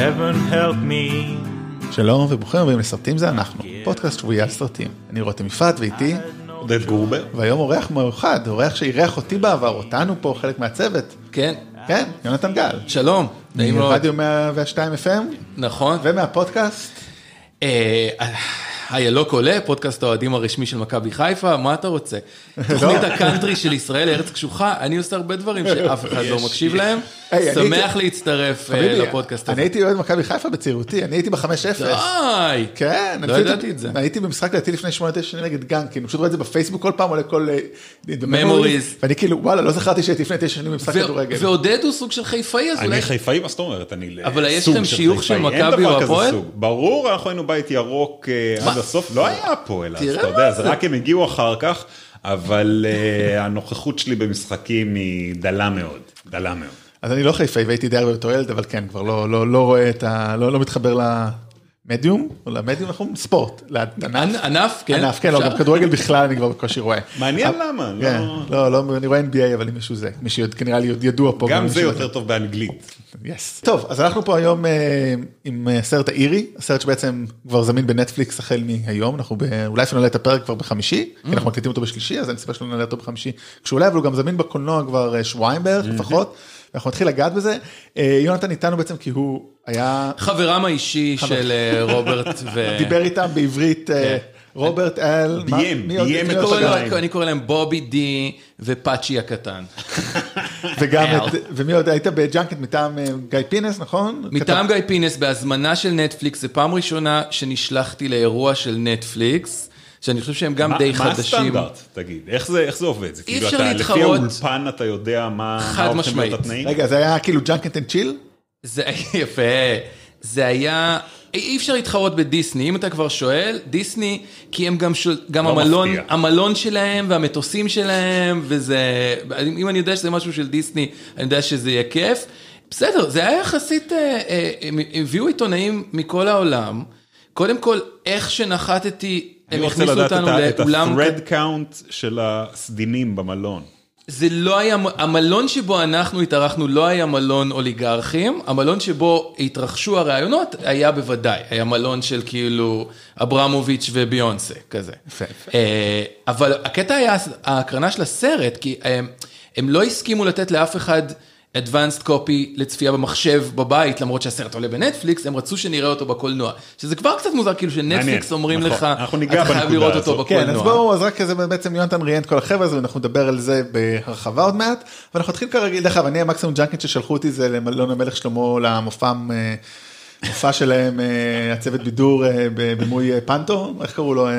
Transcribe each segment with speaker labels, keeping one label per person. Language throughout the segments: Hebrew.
Speaker 1: heaven help me.
Speaker 2: שלום וברוכים הבאים לסרטים זה אנחנו, פודקאסט שבועי על סרטים. אני רותם יפעת ואיתי,
Speaker 3: עודד גורבר.
Speaker 2: והיום אורח מיוחד, אורח שאירח אותי בעבר, אותנו פה, חלק מהצוות.
Speaker 4: כן,
Speaker 2: כן, יונתן גל.
Speaker 4: שלום, נעים מאוד,
Speaker 2: מרדיו 102 FM
Speaker 4: נכון.
Speaker 2: ומהפודקאסט.
Speaker 4: אה, היילוק עולה, פודקאסט האוהדים הרשמי של מכבי חיפה, מה אתה רוצה?
Speaker 2: לא.
Speaker 4: תוכנית הקאנטרי של ישראל, ארץ קשוחה, אני עושה הרבה דברים שאף אחד לא מקשיב להם.
Speaker 2: היי, אני
Speaker 4: שמח
Speaker 2: הייתי-
Speaker 4: להצטרף אה,
Speaker 2: חביבי,
Speaker 4: לפודקאסט
Speaker 2: אני
Speaker 4: הזה.
Speaker 2: הייתי אוהד מכבי חיפה בצעירותי, אני הייתי ב-5-0.
Speaker 4: די!
Speaker 2: כן,
Speaker 4: לא
Speaker 2: אני פשוט-
Speaker 4: ידעתי את זה.
Speaker 2: הייתי במשחק דעתי לפני 8-9 שנים נגד גנקין, פשוט רואה את זה בפייסבוק כל פעם עולה כל... אה,
Speaker 4: Memories.
Speaker 2: ואני כאילו וואלה לא זכרתי שהייתי לפני 9 שנים במשחק
Speaker 4: ו-
Speaker 2: כדורגל.
Speaker 4: ועודד הוא סוג של חיפאי, אז אולי...
Speaker 3: אני חיפאי, מה זאת אומרת? אני סוג של
Speaker 4: אבל יש לכם שיוך של
Speaker 3: חיפאי. אין
Speaker 4: מכבי
Speaker 3: דבר כזה
Speaker 4: והפועל?
Speaker 3: סוג. ברור, אנחנו היינו בית ירוק אה, עד הסוף, לא היה הפועל אז,
Speaker 4: תראה
Speaker 3: אתה
Speaker 4: מה
Speaker 3: יודע, זה רק הם הגיעו אחר כך, אבל אה, הנוכחות שלי במשחקים היא דלה מאוד, דלה מאוד.
Speaker 2: אז אני לא חיפאי והייתי די הרבה יותר ילד, אבל כן, כבר לא, לא, לא רואה את ה... לא, לא מתחבר למדיום, או למדיום, אנחנו ספורט, לענף,
Speaker 4: ענ- ענף, כן?
Speaker 2: ענף, כן, לא,
Speaker 4: אפשר?
Speaker 2: גם כדורגל בכלל אני כבר בקושי רואה.
Speaker 3: מעניין
Speaker 2: אבל-
Speaker 3: למה, לא-
Speaker 2: כן, לא, לא, אני רואה NBA, אבל עם מישהו זה, מי שכנראה לי ידוע פה.
Speaker 3: גם זה
Speaker 2: מישהו-
Speaker 3: יותר טוב באנגלית.
Speaker 2: Yes. טוב, אז אנחנו פה היום אה, עם הסרט האירי, הסרט שבעצם כבר זמין בנטפליקס החל מהיום, אנחנו ב... אולי אפילו נעלה את הפרק כבר בחמישי, כי אנחנו מקליטים אותו בשלישי, אז אין סיבה שלא נעלה אותו בחמישי כשהוא עולה, אבל הוא גם זמין בקולנוע כבר אה, שבועיים בערך לפחות, אנחנו נתחיל לגעת בזה. אה, יונתן איתנו בעצם כי הוא היה,
Speaker 4: חברם האישי של אה, רוברט ו...
Speaker 2: דיבר איתם בעברית, אה, רוברט אל, מה-
Speaker 3: ביים,
Speaker 2: מי עוד-
Speaker 3: ביים
Speaker 2: מי
Speaker 3: את
Speaker 2: עוד
Speaker 4: קורא
Speaker 2: פגע?
Speaker 4: לו-
Speaker 3: שגריים.
Speaker 4: אני קורא להם בובי די ופאצ'י הקטן.
Speaker 2: וגם
Speaker 4: אל.
Speaker 2: את, ומי עוד, היית בג'אנקט מטעם אה, גיא פינס, נכון?
Speaker 4: מטעם גיא פינס, בהזמנה של נטפליקס, זו פעם ראשונה שנשלחתי לאירוע של נטפליקס, שאני חושב שהם גם
Speaker 3: מה-
Speaker 4: די
Speaker 3: מה
Speaker 4: חדשים.
Speaker 3: הסטנדרט, תגיד? איך זה איך זה עובד? זה כאילו
Speaker 4: אפשר
Speaker 3: אתה, לפי
Speaker 4: להתחרות.
Speaker 3: האולפן אתה יודע מה
Speaker 4: חד
Speaker 3: מה הולכים להיות
Speaker 4: משמעית.
Speaker 3: התנאים?
Speaker 2: רגע, זה היה כאילו ג'אנקט אנד צ'יל?
Speaker 4: זה יפה. זה היה, אי אי אפשר להתחרות בדיסני, אם אתה כבר שואל, דיסני, כי הם גם, שול, גם
Speaker 3: לא
Speaker 4: המלון,
Speaker 3: מפתיע.
Speaker 4: המלון שלהם והמטוסים שלהם, וזה, אם אני יודע שזה משהו של דיסני, אני יודע שזה יהיה כיף. בסדר, זה היה יחסית, אה, אה, הם הביאו עיתונאים מכל העולם. קודם כל, איך שנחתתי, הם
Speaker 3: אני רוצה
Speaker 4: הכניסו
Speaker 3: לדעת
Speaker 4: אותנו
Speaker 3: את ה- את
Speaker 4: לאולם
Speaker 3: ה-thread count של הסדינים במלון.
Speaker 4: זה לא היה, המלון שבו אנחנו התארחנו לא היה מלון אוליגרכים, המלון שבו התרחשו הראיונות היה בוודאי, היה מלון של כאילו אברמוביץ' וביונסה כזה.
Speaker 2: יפה, יפה.
Speaker 4: אה, אבל הקטע היה ההקרנה של הסרט, כי הם, הם לא הסכימו לתת לאף אחד advanced copy לצפייה במחשב בבית, למרות שהסרט עולה בנטפליקס, הם רצו שנראה אותו בקולנוע. שזה כבר קצת מוזר, כאילו שנטפליקס אומרים
Speaker 3: נכון.
Speaker 4: לך,
Speaker 3: אנחנו ניגע
Speaker 4: אתה חייב
Speaker 3: בנקודה
Speaker 4: לראות אותו
Speaker 3: הזאת."
Speaker 4: בקולנוע.
Speaker 2: כן, אז בואו, אז רק כזה בעצם יונתן ראיין את כל החבר'ה הזה, ואנחנו נדבר על זה בהרחבה עוד מעט. ואנחנו נתחיל כרגיל, דרך אגב, אני המקסימום ג'אנקט ששלחו אותי זה למלון המלך שלמה, למופע אה, מופע שלהם, אה, הצוות בידור אה, בבימוי אה, פנטו, איך קראו לו? אה,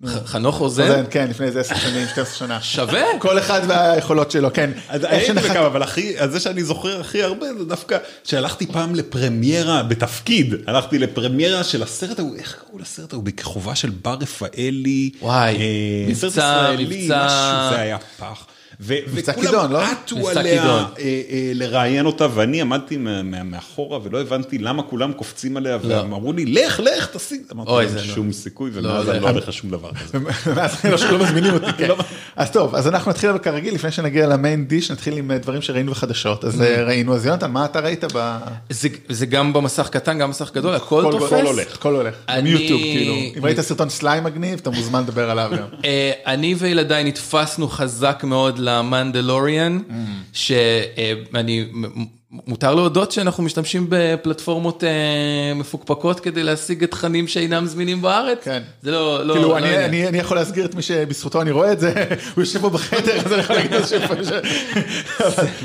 Speaker 2: נו,
Speaker 4: חנוך
Speaker 2: רוזן,
Speaker 4: רוזן,
Speaker 2: כן, לפני איזה 10 שנים, 12 שנה.
Speaker 4: שווה.
Speaker 2: כל אחד והיכולות שלו, כן.
Speaker 3: אז
Speaker 2: איך
Speaker 3: הייתי
Speaker 2: שנחת-
Speaker 3: בכמה, אבל הכי, אז זה שאני זוכר הכי הרבה זה דווקא שהלכתי פעם לפרמיירה בתפקיד, הלכתי לפרמיירה של הסרט ההוא, איך קראו לסרט ההוא? בכיכובה של בר רפאלי.
Speaker 4: וואי,
Speaker 3: אה,
Speaker 4: מבצע,
Speaker 3: סרט ישראלי,
Speaker 4: מבצע-
Speaker 3: משהו, זה היה פח. ו-
Speaker 2: מבצע כידון, לא?
Speaker 3: עטו
Speaker 4: מבצע
Speaker 3: עליה
Speaker 4: כידון.
Speaker 3: אה, אה, לראיין אותה, ואני עמדתי מה- מה- מאחורה ולא הבנתי למה כולם קופצים עליה, והם אמרו לי, לך, לך, תשיג. אמרתי
Speaker 4: לא. אוי,
Speaker 3: להם,
Speaker 4: זה לא.
Speaker 3: שום סיכוי, ומאז
Speaker 4: זה-
Speaker 3: אני לא הולך לשום דבר כזה.
Speaker 2: ואז לא שלא מזמינים אותי, כן. אז טוב, אז אנחנו נתחיל אבל כרגיל, לפני שנגיע למיין דיש, נתחיל עם אה, דברים שראינו וחדשות. אז אה, ראינו, אז יונתן, מה אתה ראית ב...
Speaker 4: זה, זה גם במסך קטן, גם במסך גדול, הכל
Speaker 2: הכל
Speaker 4: תופס.
Speaker 2: הכל הולך, הכל הולך.
Speaker 4: אני-
Speaker 2: מיוטיוב, כאילו. אם ראית סרטון סליים מגניב, אתה מוזמן לדבר עליו גם.
Speaker 4: אה, אני וילדיי נתפסנו חזק מאוד למנדלוריאן,
Speaker 2: Mm.
Speaker 4: אה, שאני, מותר להודות שאנחנו משתמשים בפלטפורמות אה, מפוקפקות כדי להשיג תכנים שאינם זמינים בארץ.
Speaker 2: כן.
Speaker 4: זה לא, לא,
Speaker 2: כאילו,
Speaker 4: לא
Speaker 2: אני-
Speaker 4: עניין.
Speaker 2: אני אני יכול להסגיר את מי שבזכותו אני רואה את זה, הוא יושב פה בחדר, אז אני יכול להגיד לו שפה ש...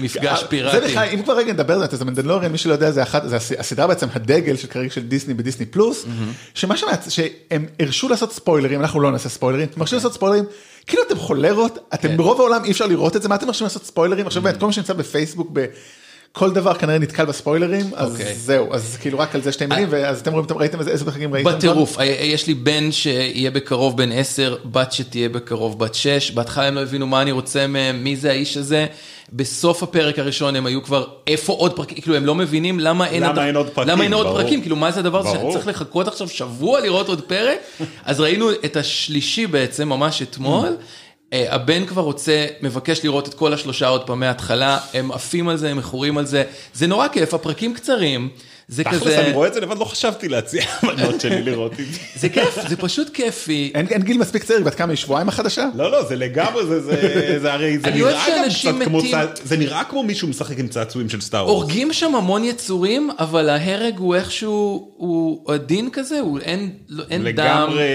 Speaker 4: מפגש
Speaker 2: זה
Speaker 4: פיראטי.
Speaker 2: בכלל, אם כבר רגע נדבר על זה, אז המנדלוריאן, מי שלא יודע, זה אחת, זה הס- הסדרה בעצם, הדגל של כרגע של דיסני בדיסני פלוס, שמה שמעצ... שהם הרשו לעשות ספוילרים, אנחנו לא נעשה ספוילרים, הם
Speaker 4: אוקיי.
Speaker 2: הרשו לעשות ספוילרים, כאילו אתם חולרות,
Speaker 4: כן.
Speaker 2: אתם ברוב העולם אי אפשר לראות את זה, מה אתם מרשים לעשות ספוילרים? עכשיו באמת, כל מי שנמצא בפייסבוק, ב... כל דבר כנראה נתקל בספוילרים, אז
Speaker 4: אוקיי. אה,
Speaker 2: זהו, אז כאילו רק על זה שתי מילים, ואז אתם רואים, אתם ראיתם איזה איזה מחקים ראיתם?
Speaker 4: בטירוף, אה, אה, יש לי בן שיהיה בקרוב בן 10, בת שתהיה בקרוב בת 6, בהתחלה הם לא הבינו מה אני רוצה מהם, מי זה האיש הזה. בסוף הפרק הראשון הם היו כבר, איפה עוד פרקים, כאילו הם לא מבינים למה אין,
Speaker 3: למה
Speaker 4: הד-
Speaker 3: אין עוד פרקים,
Speaker 4: למה אין עוד
Speaker 3: ברור.
Speaker 4: פרקים, כאילו מה זה הדבר הזה
Speaker 3: ברור.
Speaker 4: שצריך לחכות עכשיו שבוע לראות עוד פרק? אז ראינו את השלישי בעצם, ממש אתמול. אה, הבן כבר רוצה, מבקש לראות את כל השלושה עוד פעם מההתחלה, הם עפים על זה, הם מכורים על זה, זה נורא כיף, הפרקים קצרים, זה
Speaker 3: תכלס, אני
Speaker 4: כזה,
Speaker 3: רואה את זה לבד, לא חשבתי להציע בנות שלי לראות את זה.
Speaker 4: זה כיף, זה פשוט כיפי.
Speaker 2: אין, אין גיל מספיק צעיר, בת כמה היא שבועיים החדשה?
Speaker 3: לא, לא, זה לגמרי, זה, זה, זה הרי, זה
Speaker 4: אני אוהב
Speaker 3: נראה גם
Speaker 4: שאנשים
Speaker 3: קצת כמו,
Speaker 4: מתים.
Speaker 3: צע- זה נראה כמו מישהו משחק עם צעצועים של סטאר וורס.
Speaker 4: הורגים שם המון יצורים, אבל ההרג הוא איכשהו, הוא עדין כזה, הוא אין, לא- אין דם.
Speaker 3: לגמרי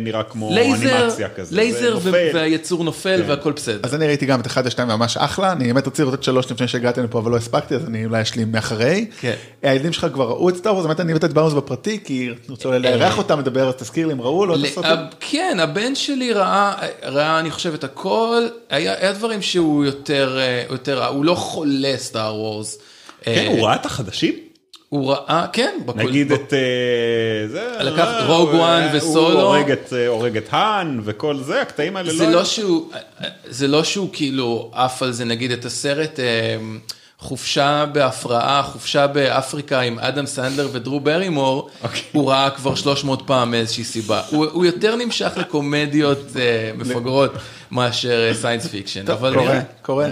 Speaker 3: נראה כמו
Speaker 4: לייזר,
Speaker 3: אנימציה כזה. זה
Speaker 4: לייזר ו-
Speaker 3: נופל. כן.
Speaker 4: והיצור נופל והכל בסדר.
Speaker 2: אז אני ראיתי גם את אחד השתיים ממש אחלה, אני באמת רציתי לראות את שלוש לפני שהגעתם לפה אבל לא הספקתי אז אני אולי אשלים מאחרי.
Speaker 4: כן.
Speaker 2: הילדים שלך כבר ראו את סטאר וורס, באמת אני הבאת את באונס בפרטי כי רצו
Speaker 4: אה,
Speaker 2: לארח אותם לדבר אז תזכיר לי אם ראו לא את הסרטים.
Speaker 4: לאה- כן, הבן שלי ראה, ראה אני חושב את הכל, היה, היה דברים שהוא יותר, אה, יותר, ראה. הוא לא חולה סטאר וורס. אה,
Speaker 3: כן, הוא ראה את החדשים?
Speaker 4: הוא ראה, כן, בכל,
Speaker 3: נגיד
Speaker 4: בכל-
Speaker 3: את... אה, זה...
Speaker 4: לקח
Speaker 3: אה,
Speaker 4: רוג
Speaker 3: הוא-
Speaker 4: וואן וסולו.
Speaker 3: הוא הורג את, אה, הורג את האן וכל זה, הקטעים האלה
Speaker 4: זה לא שהוא, זה לא שהוא כאילו עף על זה, נגיד את הסרט אה, חופשה בהפרעה, חופשה באפריקה עם אדם סנדלר ודרו ברימור,
Speaker 2: אוקיי.
Speaker 4: הוא ראה כבר 300 פעם מאיזושהי סיבה. הוא הוא יותר נמשך לקומדיות אה, מפגרות מאשר אה, סיינס פיקשן,
Speaker 2: טוב,
Speaker 4: אבל
Speaker 2: קורה,
Speaker 4: נראה.
Speaker 2: קורה.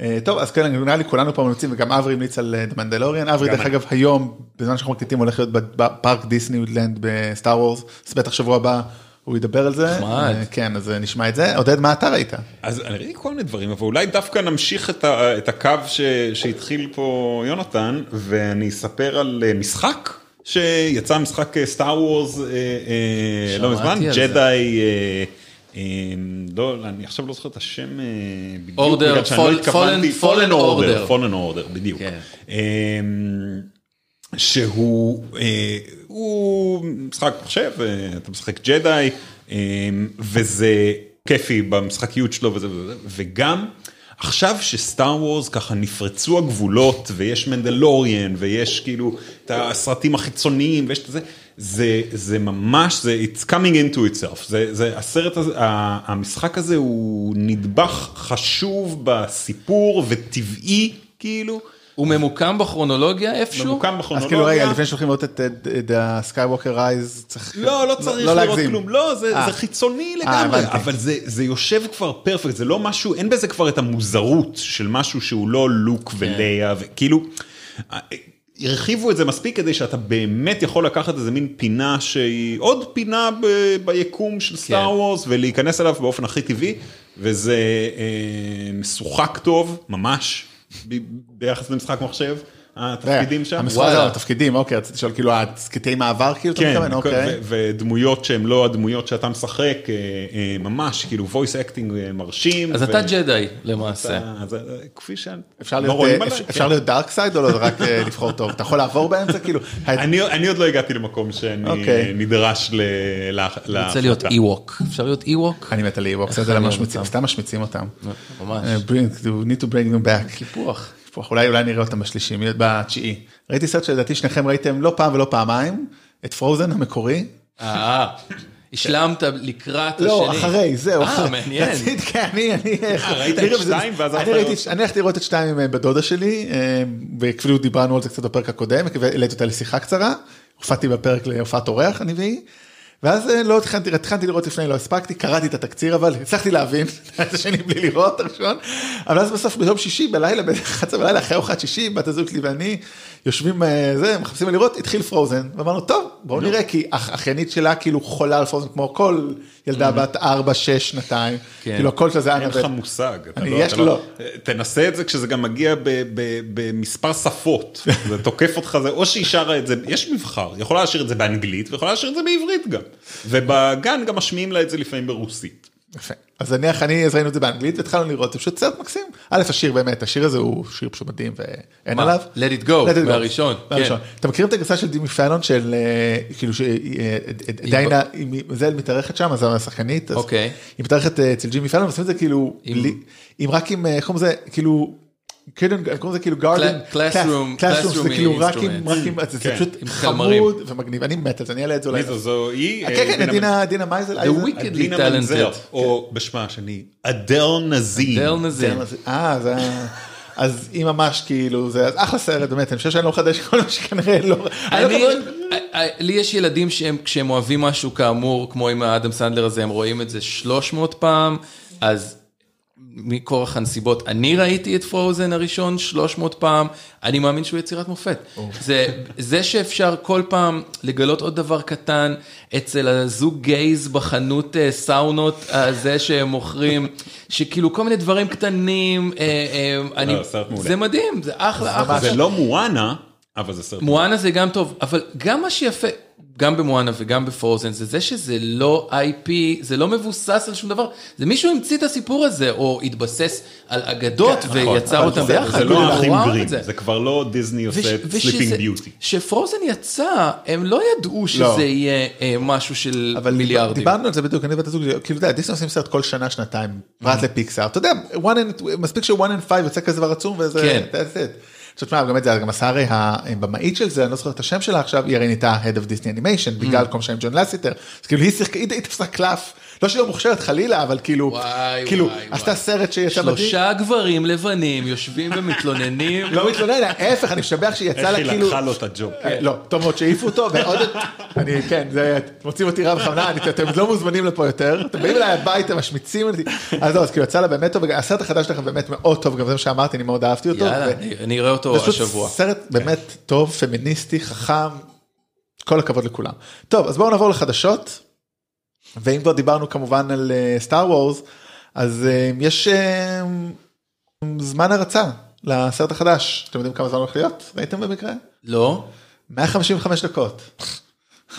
Speaker 2: אה, טוב אז כן נראה לי כולנו פה ממליצים וגם אברי המליץ על אה, The Mandalorian. אברי
Speaker 3: גם
Speaker 2: דרך
Speaker 3: אני.
Speaker 2: אגב היום בזמן שאנחנו מקליטים הולך להיות בפארק דיסניולנד בסטאר וורס, אז בטח שבוע הבא הוא ידבר על זה.
Speaker 4: נחמד.
Speaker 2: אה, כן אז אה, נשמע את זה. עודד מה אתה ראית?
Speaker 3: אז אני ראיתי כל מיני דברים, אבל אולי דווקא נמשיך את, ה, את הקו ש, שהתחיל פה יונתן, ואני אספר על אה, משחק, שיצא משחק אה, סטאר וורס לא
Speaker 4: שמעתי
Speaker 3: מזמן,
Speaker 4: על זה.
Speaker 3: ג'די, אה, אה, לא, אני עכשיו לא זוכר את השם אה, בדיוק,
Speaker 4: Order,
Speaker 3: בגלל שאני לא
Speaker 4: Fall-
Speaker 3: התכוונתי,
Speaker 4: Fallen- Fallen Order.
Speaker 3: Fallen Order, בדיוק.
Speaker 4: כן.
Speaker 3: אה, שהוא אה, הוא משחק מחשב, אה, אתה משחק ג'די, אה, וזה כיפי במשחקיות שלו וזה וזה, וגם עכשיו שסטאר וורס ככה נפרצו הגבולות ויש מנדלוריאן ויש כאילו את הסרטים החיצוניים ויש את זה, זה, זה ממש, זה it's coming into itself, זה, זה הסרט הזה, ה- המשחק הזה הוא נדבך חשוב בסיפור וטבעי כאילו.
Speaker 4: הוא ממוקם בכרונולוגיה איפשהו?
Speaker 3: ממוקם בכרונולוגיה.
Speaker 2: אז כאילו רגע לפני שהולכים לראות את הסקייווקר רייז צריך
Speaker 3: לא, לא צריך לראות
Speaker 2: להגזים.
Speaker 3: כלום, לא, זה
Speaker 2: אה.
Speaker 3: זה חיצוני לגמרי,
Speaker 2: הבנתי.
Speaker 3: אבל זה- זה יושב כבר פרפקט, זה לא משהו, אין בזה כבר את המוזרות של משהו שהוא לא לוק
Speaker 2: כן.
Speaker 3: וליה, וכאילו, אה, הרחיבו את זה מספיק כדי שאתה באמת יכול לקחת איזה מין פינה שהיא עוד פינה ב- ביקום
Speaker 2: כן.
Speaker 3: של סטאר וורס, ולהיכנס אליו באופן הכי טבעי, וזה אה, משוחק טוב, ממש, ב- ביחס למשחק מחשב, התפקידים שם.
Speaker 2: אה, המשחק
Speaker 4: וואלה.
Speaker 2: הזה, התפקידים, אוקיי, רציתי לשאול, כאילו, הקטעי מעבר, כאילו, אתה
Speaker 3: כן,
Speaker 2: מתכוון, אוקיי.
Speaker 3: ו- ודמויות שהן לא הדמויות שאתה משחק, אה, אה, ממש, כאילו voice acting אה, מרשים.
Speaker 4: אז
Speaker 3: ו-
Speaker 4: אתה ג'די למעשה.
Speaker 3: אתה- אז, אה, כפי שאני,
Speaker 2: אפשר
Speaker 3: לא רואים
Speaker 2: להיות, אה,
Speaker 3: עליי,
Speaker 2: אפ-
Speaker 3: כן.
Speaker 2: אפשר להיות דארק סייד או לא, זה רק אה, לבחור טוב, אתה יכול לעבור באמצע, כאילו, ה-
Speaker 3: אני, אני עוד לא הגעתי למקום שאני
Speaker 2: אוקיי.
Speaker 3: נדרש ל... להח-
Speaker 4: רוצה להיות
Speaker 3: להחלטה.
Speaker 4: אי-ווק. אפשר להיות אי-ווק?
Speaker 2: אני מת על אי-ווקס, זה
Speaker 4: אני
Speaker 2: ממש
Speaker 4: אוהב
Speaker 2: משמיצים,
Speaker 4: אותם.
Speaker 2: סתם משמיצים אותם.
Speaker 4: ממש.
Speaker 2: אה, bring- you need to bring them back.
Speaker 4: קיפוח.
Speaker 2: קיפוח, אולי אולי נראה אותם בשלישי, מי- בתשיעי. ראיתי סרט שלדעתי שניכם ראיתם לא פעם ולא פעמיים, את פרוזן המקורי.
Speaker 4: אה, השלמת לקראת השני.
Speaker 2: לא, אחרי, זהו.
Speaker 4: אה,
Speaker 2: אחרי.
Speaker 4: מעניין.
Speaker 2: רצית, כן, אני, אני...
Speaker 3: אה, ראית את
Speaker 2: אני-
Speaker 3: שתיים ואז לא
Speaker 2: אני
Speaker 3: הלכת
Speaker 2: ראיתי-
Speaker 3: לראות-
Speaker 2: אני הלכתי לראות את שתיים עם אה, בת דודה שלי, אה, וכאילו דיברנו על זה קצת בפרק הקודם, העליתי אותה לשיחה קצרה, הופעתי בפרק להופעת אורח, אני והיא. ואז אה, לא התחלתי, התחלתי לראות לפני, לא הספקתי, קראתי את התקציר אבל הצלחתי להבין את השני בלי לראות את הראשון, אבל אז בסוף ביום שישי בלילה, ב-11 בלילה אחרי ארוחת שישי, בת הזוג שלי ואני יושבים, אה, זה, מחפשים לראות, התחיל פרוזן, ואמרנו טוב, בואו נראה, כי אח- האחיינית שלה כאילו חולה על פרוזן כמו כל ילדה בת 4, 6, שנתיים,
Speaker 4: כן.
Speaker 2: כאילו הכל שלה זה
Speaker 3: אין
Speaker 2: אנבל.
Speaker 3: לך מושג, אתה
Speaker 2: אני-
Speaker 3: לא,
Speaker 2: יש-
Speaker 3: אתה לא,
Speaker 2: לא.
Speaker 3: תנסה את זה כשזה גם מגיע ב- ב- במספר שפות, זה תוקף אותך, זה, או שהיא שרה את זה, יש מבחר, היא יכולה לשיר את זה באנגלית ויכולה לשיר את זה בעברית גם, ובגן גם משמיעים לה את זה לפעמים ברוסית.
Speaker 2: יפה. אז נניח אני, אז ראינו את זה באנגלית והתחלנו לראות, זה פשוט סרט מקסים. א', השיר באמת, השיר הזה הוא שיר פשוט מדהים ואין
Speaker 4: מה?
Speaker 2: עליו. לא.
Speaker 4: Let it go, מהראשון, כן.
Speaker 2: מהראשון. אתה מכיר את הגרסה של דימי פאלון של אה, כאילו שדיינה, זה מתארחת שם, אז השחקנית, אז
Speaker 4: אוקיי.
Speaker 2: היא מתארחת אה, אצל ג'ימי פאלון, עושים את זה כאילו,
Speaker 4: עם-
Speaker 2: בלי- עם רק עם, אה, איך קוראים לזה, כאילו. כאילו, איך קוראים לזה כאילו גארדן,
Speaker 4: classroom-
Speaker 2: זה
Speaker 4: classroom
Speaker 2: כאילו רק עם,
Speaker 4: instruments.
Speaker 2: רק עם, זה
Speaker 3: כן,
Speaker 2: פשוט
Speaker 4: עם קלמרים.
Speaker 2: חמוד ומגניב, אני מת על זה, אני אעלה את זה אולי.
Speaker 3: מי זו זו היא? אה,
Speaker 2: כן, כן, דינה, דינה מייזל. אייזן.
Speaker 4: Weeknd. wickedly
Speaker 3: דינה מנזר,
Speaker 4: talented.
Speaker 3: או בשמה השני, אדל נזים.
Speaker 4: דל נזיר.
Speaker 2: אה, זה... ה- אז היא ממש כאילו, זה אז אחלה סרט, באמת, אני חושב שאני לא מחדש כל מה שכנראה לא... אני
Speaker 4: אני,
Speaker 2: לא מחדש-
Speaker 4: אה, אה, לי יש ילדים שהם, כשהם אוהבים משהו כאמור, כמו עם האדם סנדלר הזה, הם רואים את זה 300 פעם, אז מכורח הנסיבות, אני ראיתי את פרוזן הראשון 300 פעם, אני מאמין שהוא יצירת מופת. זה, זה שאפשר כל פעם לגלות עוד דבר קטן, אצל הזוג גייז בחנות אה, סאונות, אה, זה שהם מוכרים, שכאילו כל מיני דברים קטנים, אה, אה, אני,
Speaker 3: לא, סרט מעולה.
Speaker 4: זה מדהים, זה אחלה, אחלה.
Speaker 3: זה לא מואנה, אבל זה סרט.
Speaker 4: מואנה זה גם טוב, אבל גם מה שיפה, גם במואנה וגם בפרוזן, זה זה שזה לא IP, זה לא מבוסס על שום דבר, זה מישהו המציא את הסיפור הזה, או התבסס על אגדות ויצר
Speaker 3: כן, אבל
Speaker 4: אותם
Speaker 3: זה-
Speaker 4: ביחד.
Speaker 3: זה
Speaker 4: כולם
Speaker 3: לא האחים
Speaker 4: ראו את
Speaker 3: גרים,
Speaker 4: זה.
Speaker 3: זה כבר לא דיסני עושה את
Speaker 4: וש-
Speaker 3: סליפינג
Speaker 4: ושזה-
Speaker 3: ביוטי.
Speaker 4: שפרוזן יצא, הם לא ידעו
Speaker 2: לא.
Speaker 4: שזה יהיה אה, משהו של
Speaker 2: אבל
Speaker 4: מיליארדים.
Speaker 2: דיברנו על זה בדיוק, אני ובת הזוג, שלי, כאילו, אתה יודע, דיסני עושים סרט כל שנה, שנתיים,
Speaker 4: Mm.
Speaker 2: פרט לפיקסאר, אתה יודע, one in- מספיק ש-one in five יוצא כזה דבר עצום, וזה,
Speaker 4: כן.
Speaker 2: that's it. עכשיו תשמע, גם את זה, גם עשה הרי הבמאית של זה, אני לא זוכר את השם שלה עכשיו, היא הרי נהייתה Head of Disney Animation,
Speaker 4: Mm.
Speaker 2: בגלל כל מה שהיה עם ג'ון לסיטר, אז כאילו היא שיחקה, היא היא תפסה קלף, לא שהיא לא מוכשרת חלילה, אבל כאילו,
Speaker 4: וואי,
Speaker 2: כאילו,
Speaker 4: וואי,
Speaker 2: עשתה
Speaker 4: וואי.
Speaker 2: סרט שיצא מדהים.
Speaker 4: שלושה גברים לבנים יושבים ומתלוננים.
Speaker 2: לא מתלונן, ההפך, אני משבח שהיא יצאה
Speaker 3: איך
Speaker 2: לה
Speaker 3: היא
Speaker 2: כאילו...
Speaker 3: לקחה לו את הג'וב.
Speaker 4: כן.
Speaker 2: אה, לא, טוב מאוד שהעיפו אותו, ועוד... אני, כן, זה... אתם מוצאים אותי רב חמלה, אני- אתם לא מוזמנים לפה יותר, אתם באים אליי הביתה, משמיצים אותי. אז לא, אז כאילו יצא לה באמת טוב, וגם הסרט החדש שלכם באמת מאוד טוב, גם זה מה שאמרתי, אני מאוד אהבתי אותו.
Speaker 4: יאללה,
Speaker 2: ו-
Speaker 4: אני- אני אראה אותו
Speaker 2: זה פשוט
Speaker 4: השבוע.
Speaker 2: סרט באמת טוב, פמיניסטי, חכם, כל הכבוד לכולם. טוב, אז בואו נעבור לחדשות, ואם כבר דיברנו כמובן על סטאר וורס, אז אה, יש אה, זמן הרצה לסרט החדש. אתם יודעים כמה זמן הולך להיות? ראיתם במקרה?
Speaker 4: לא?
Speaker 2: 155 דקות.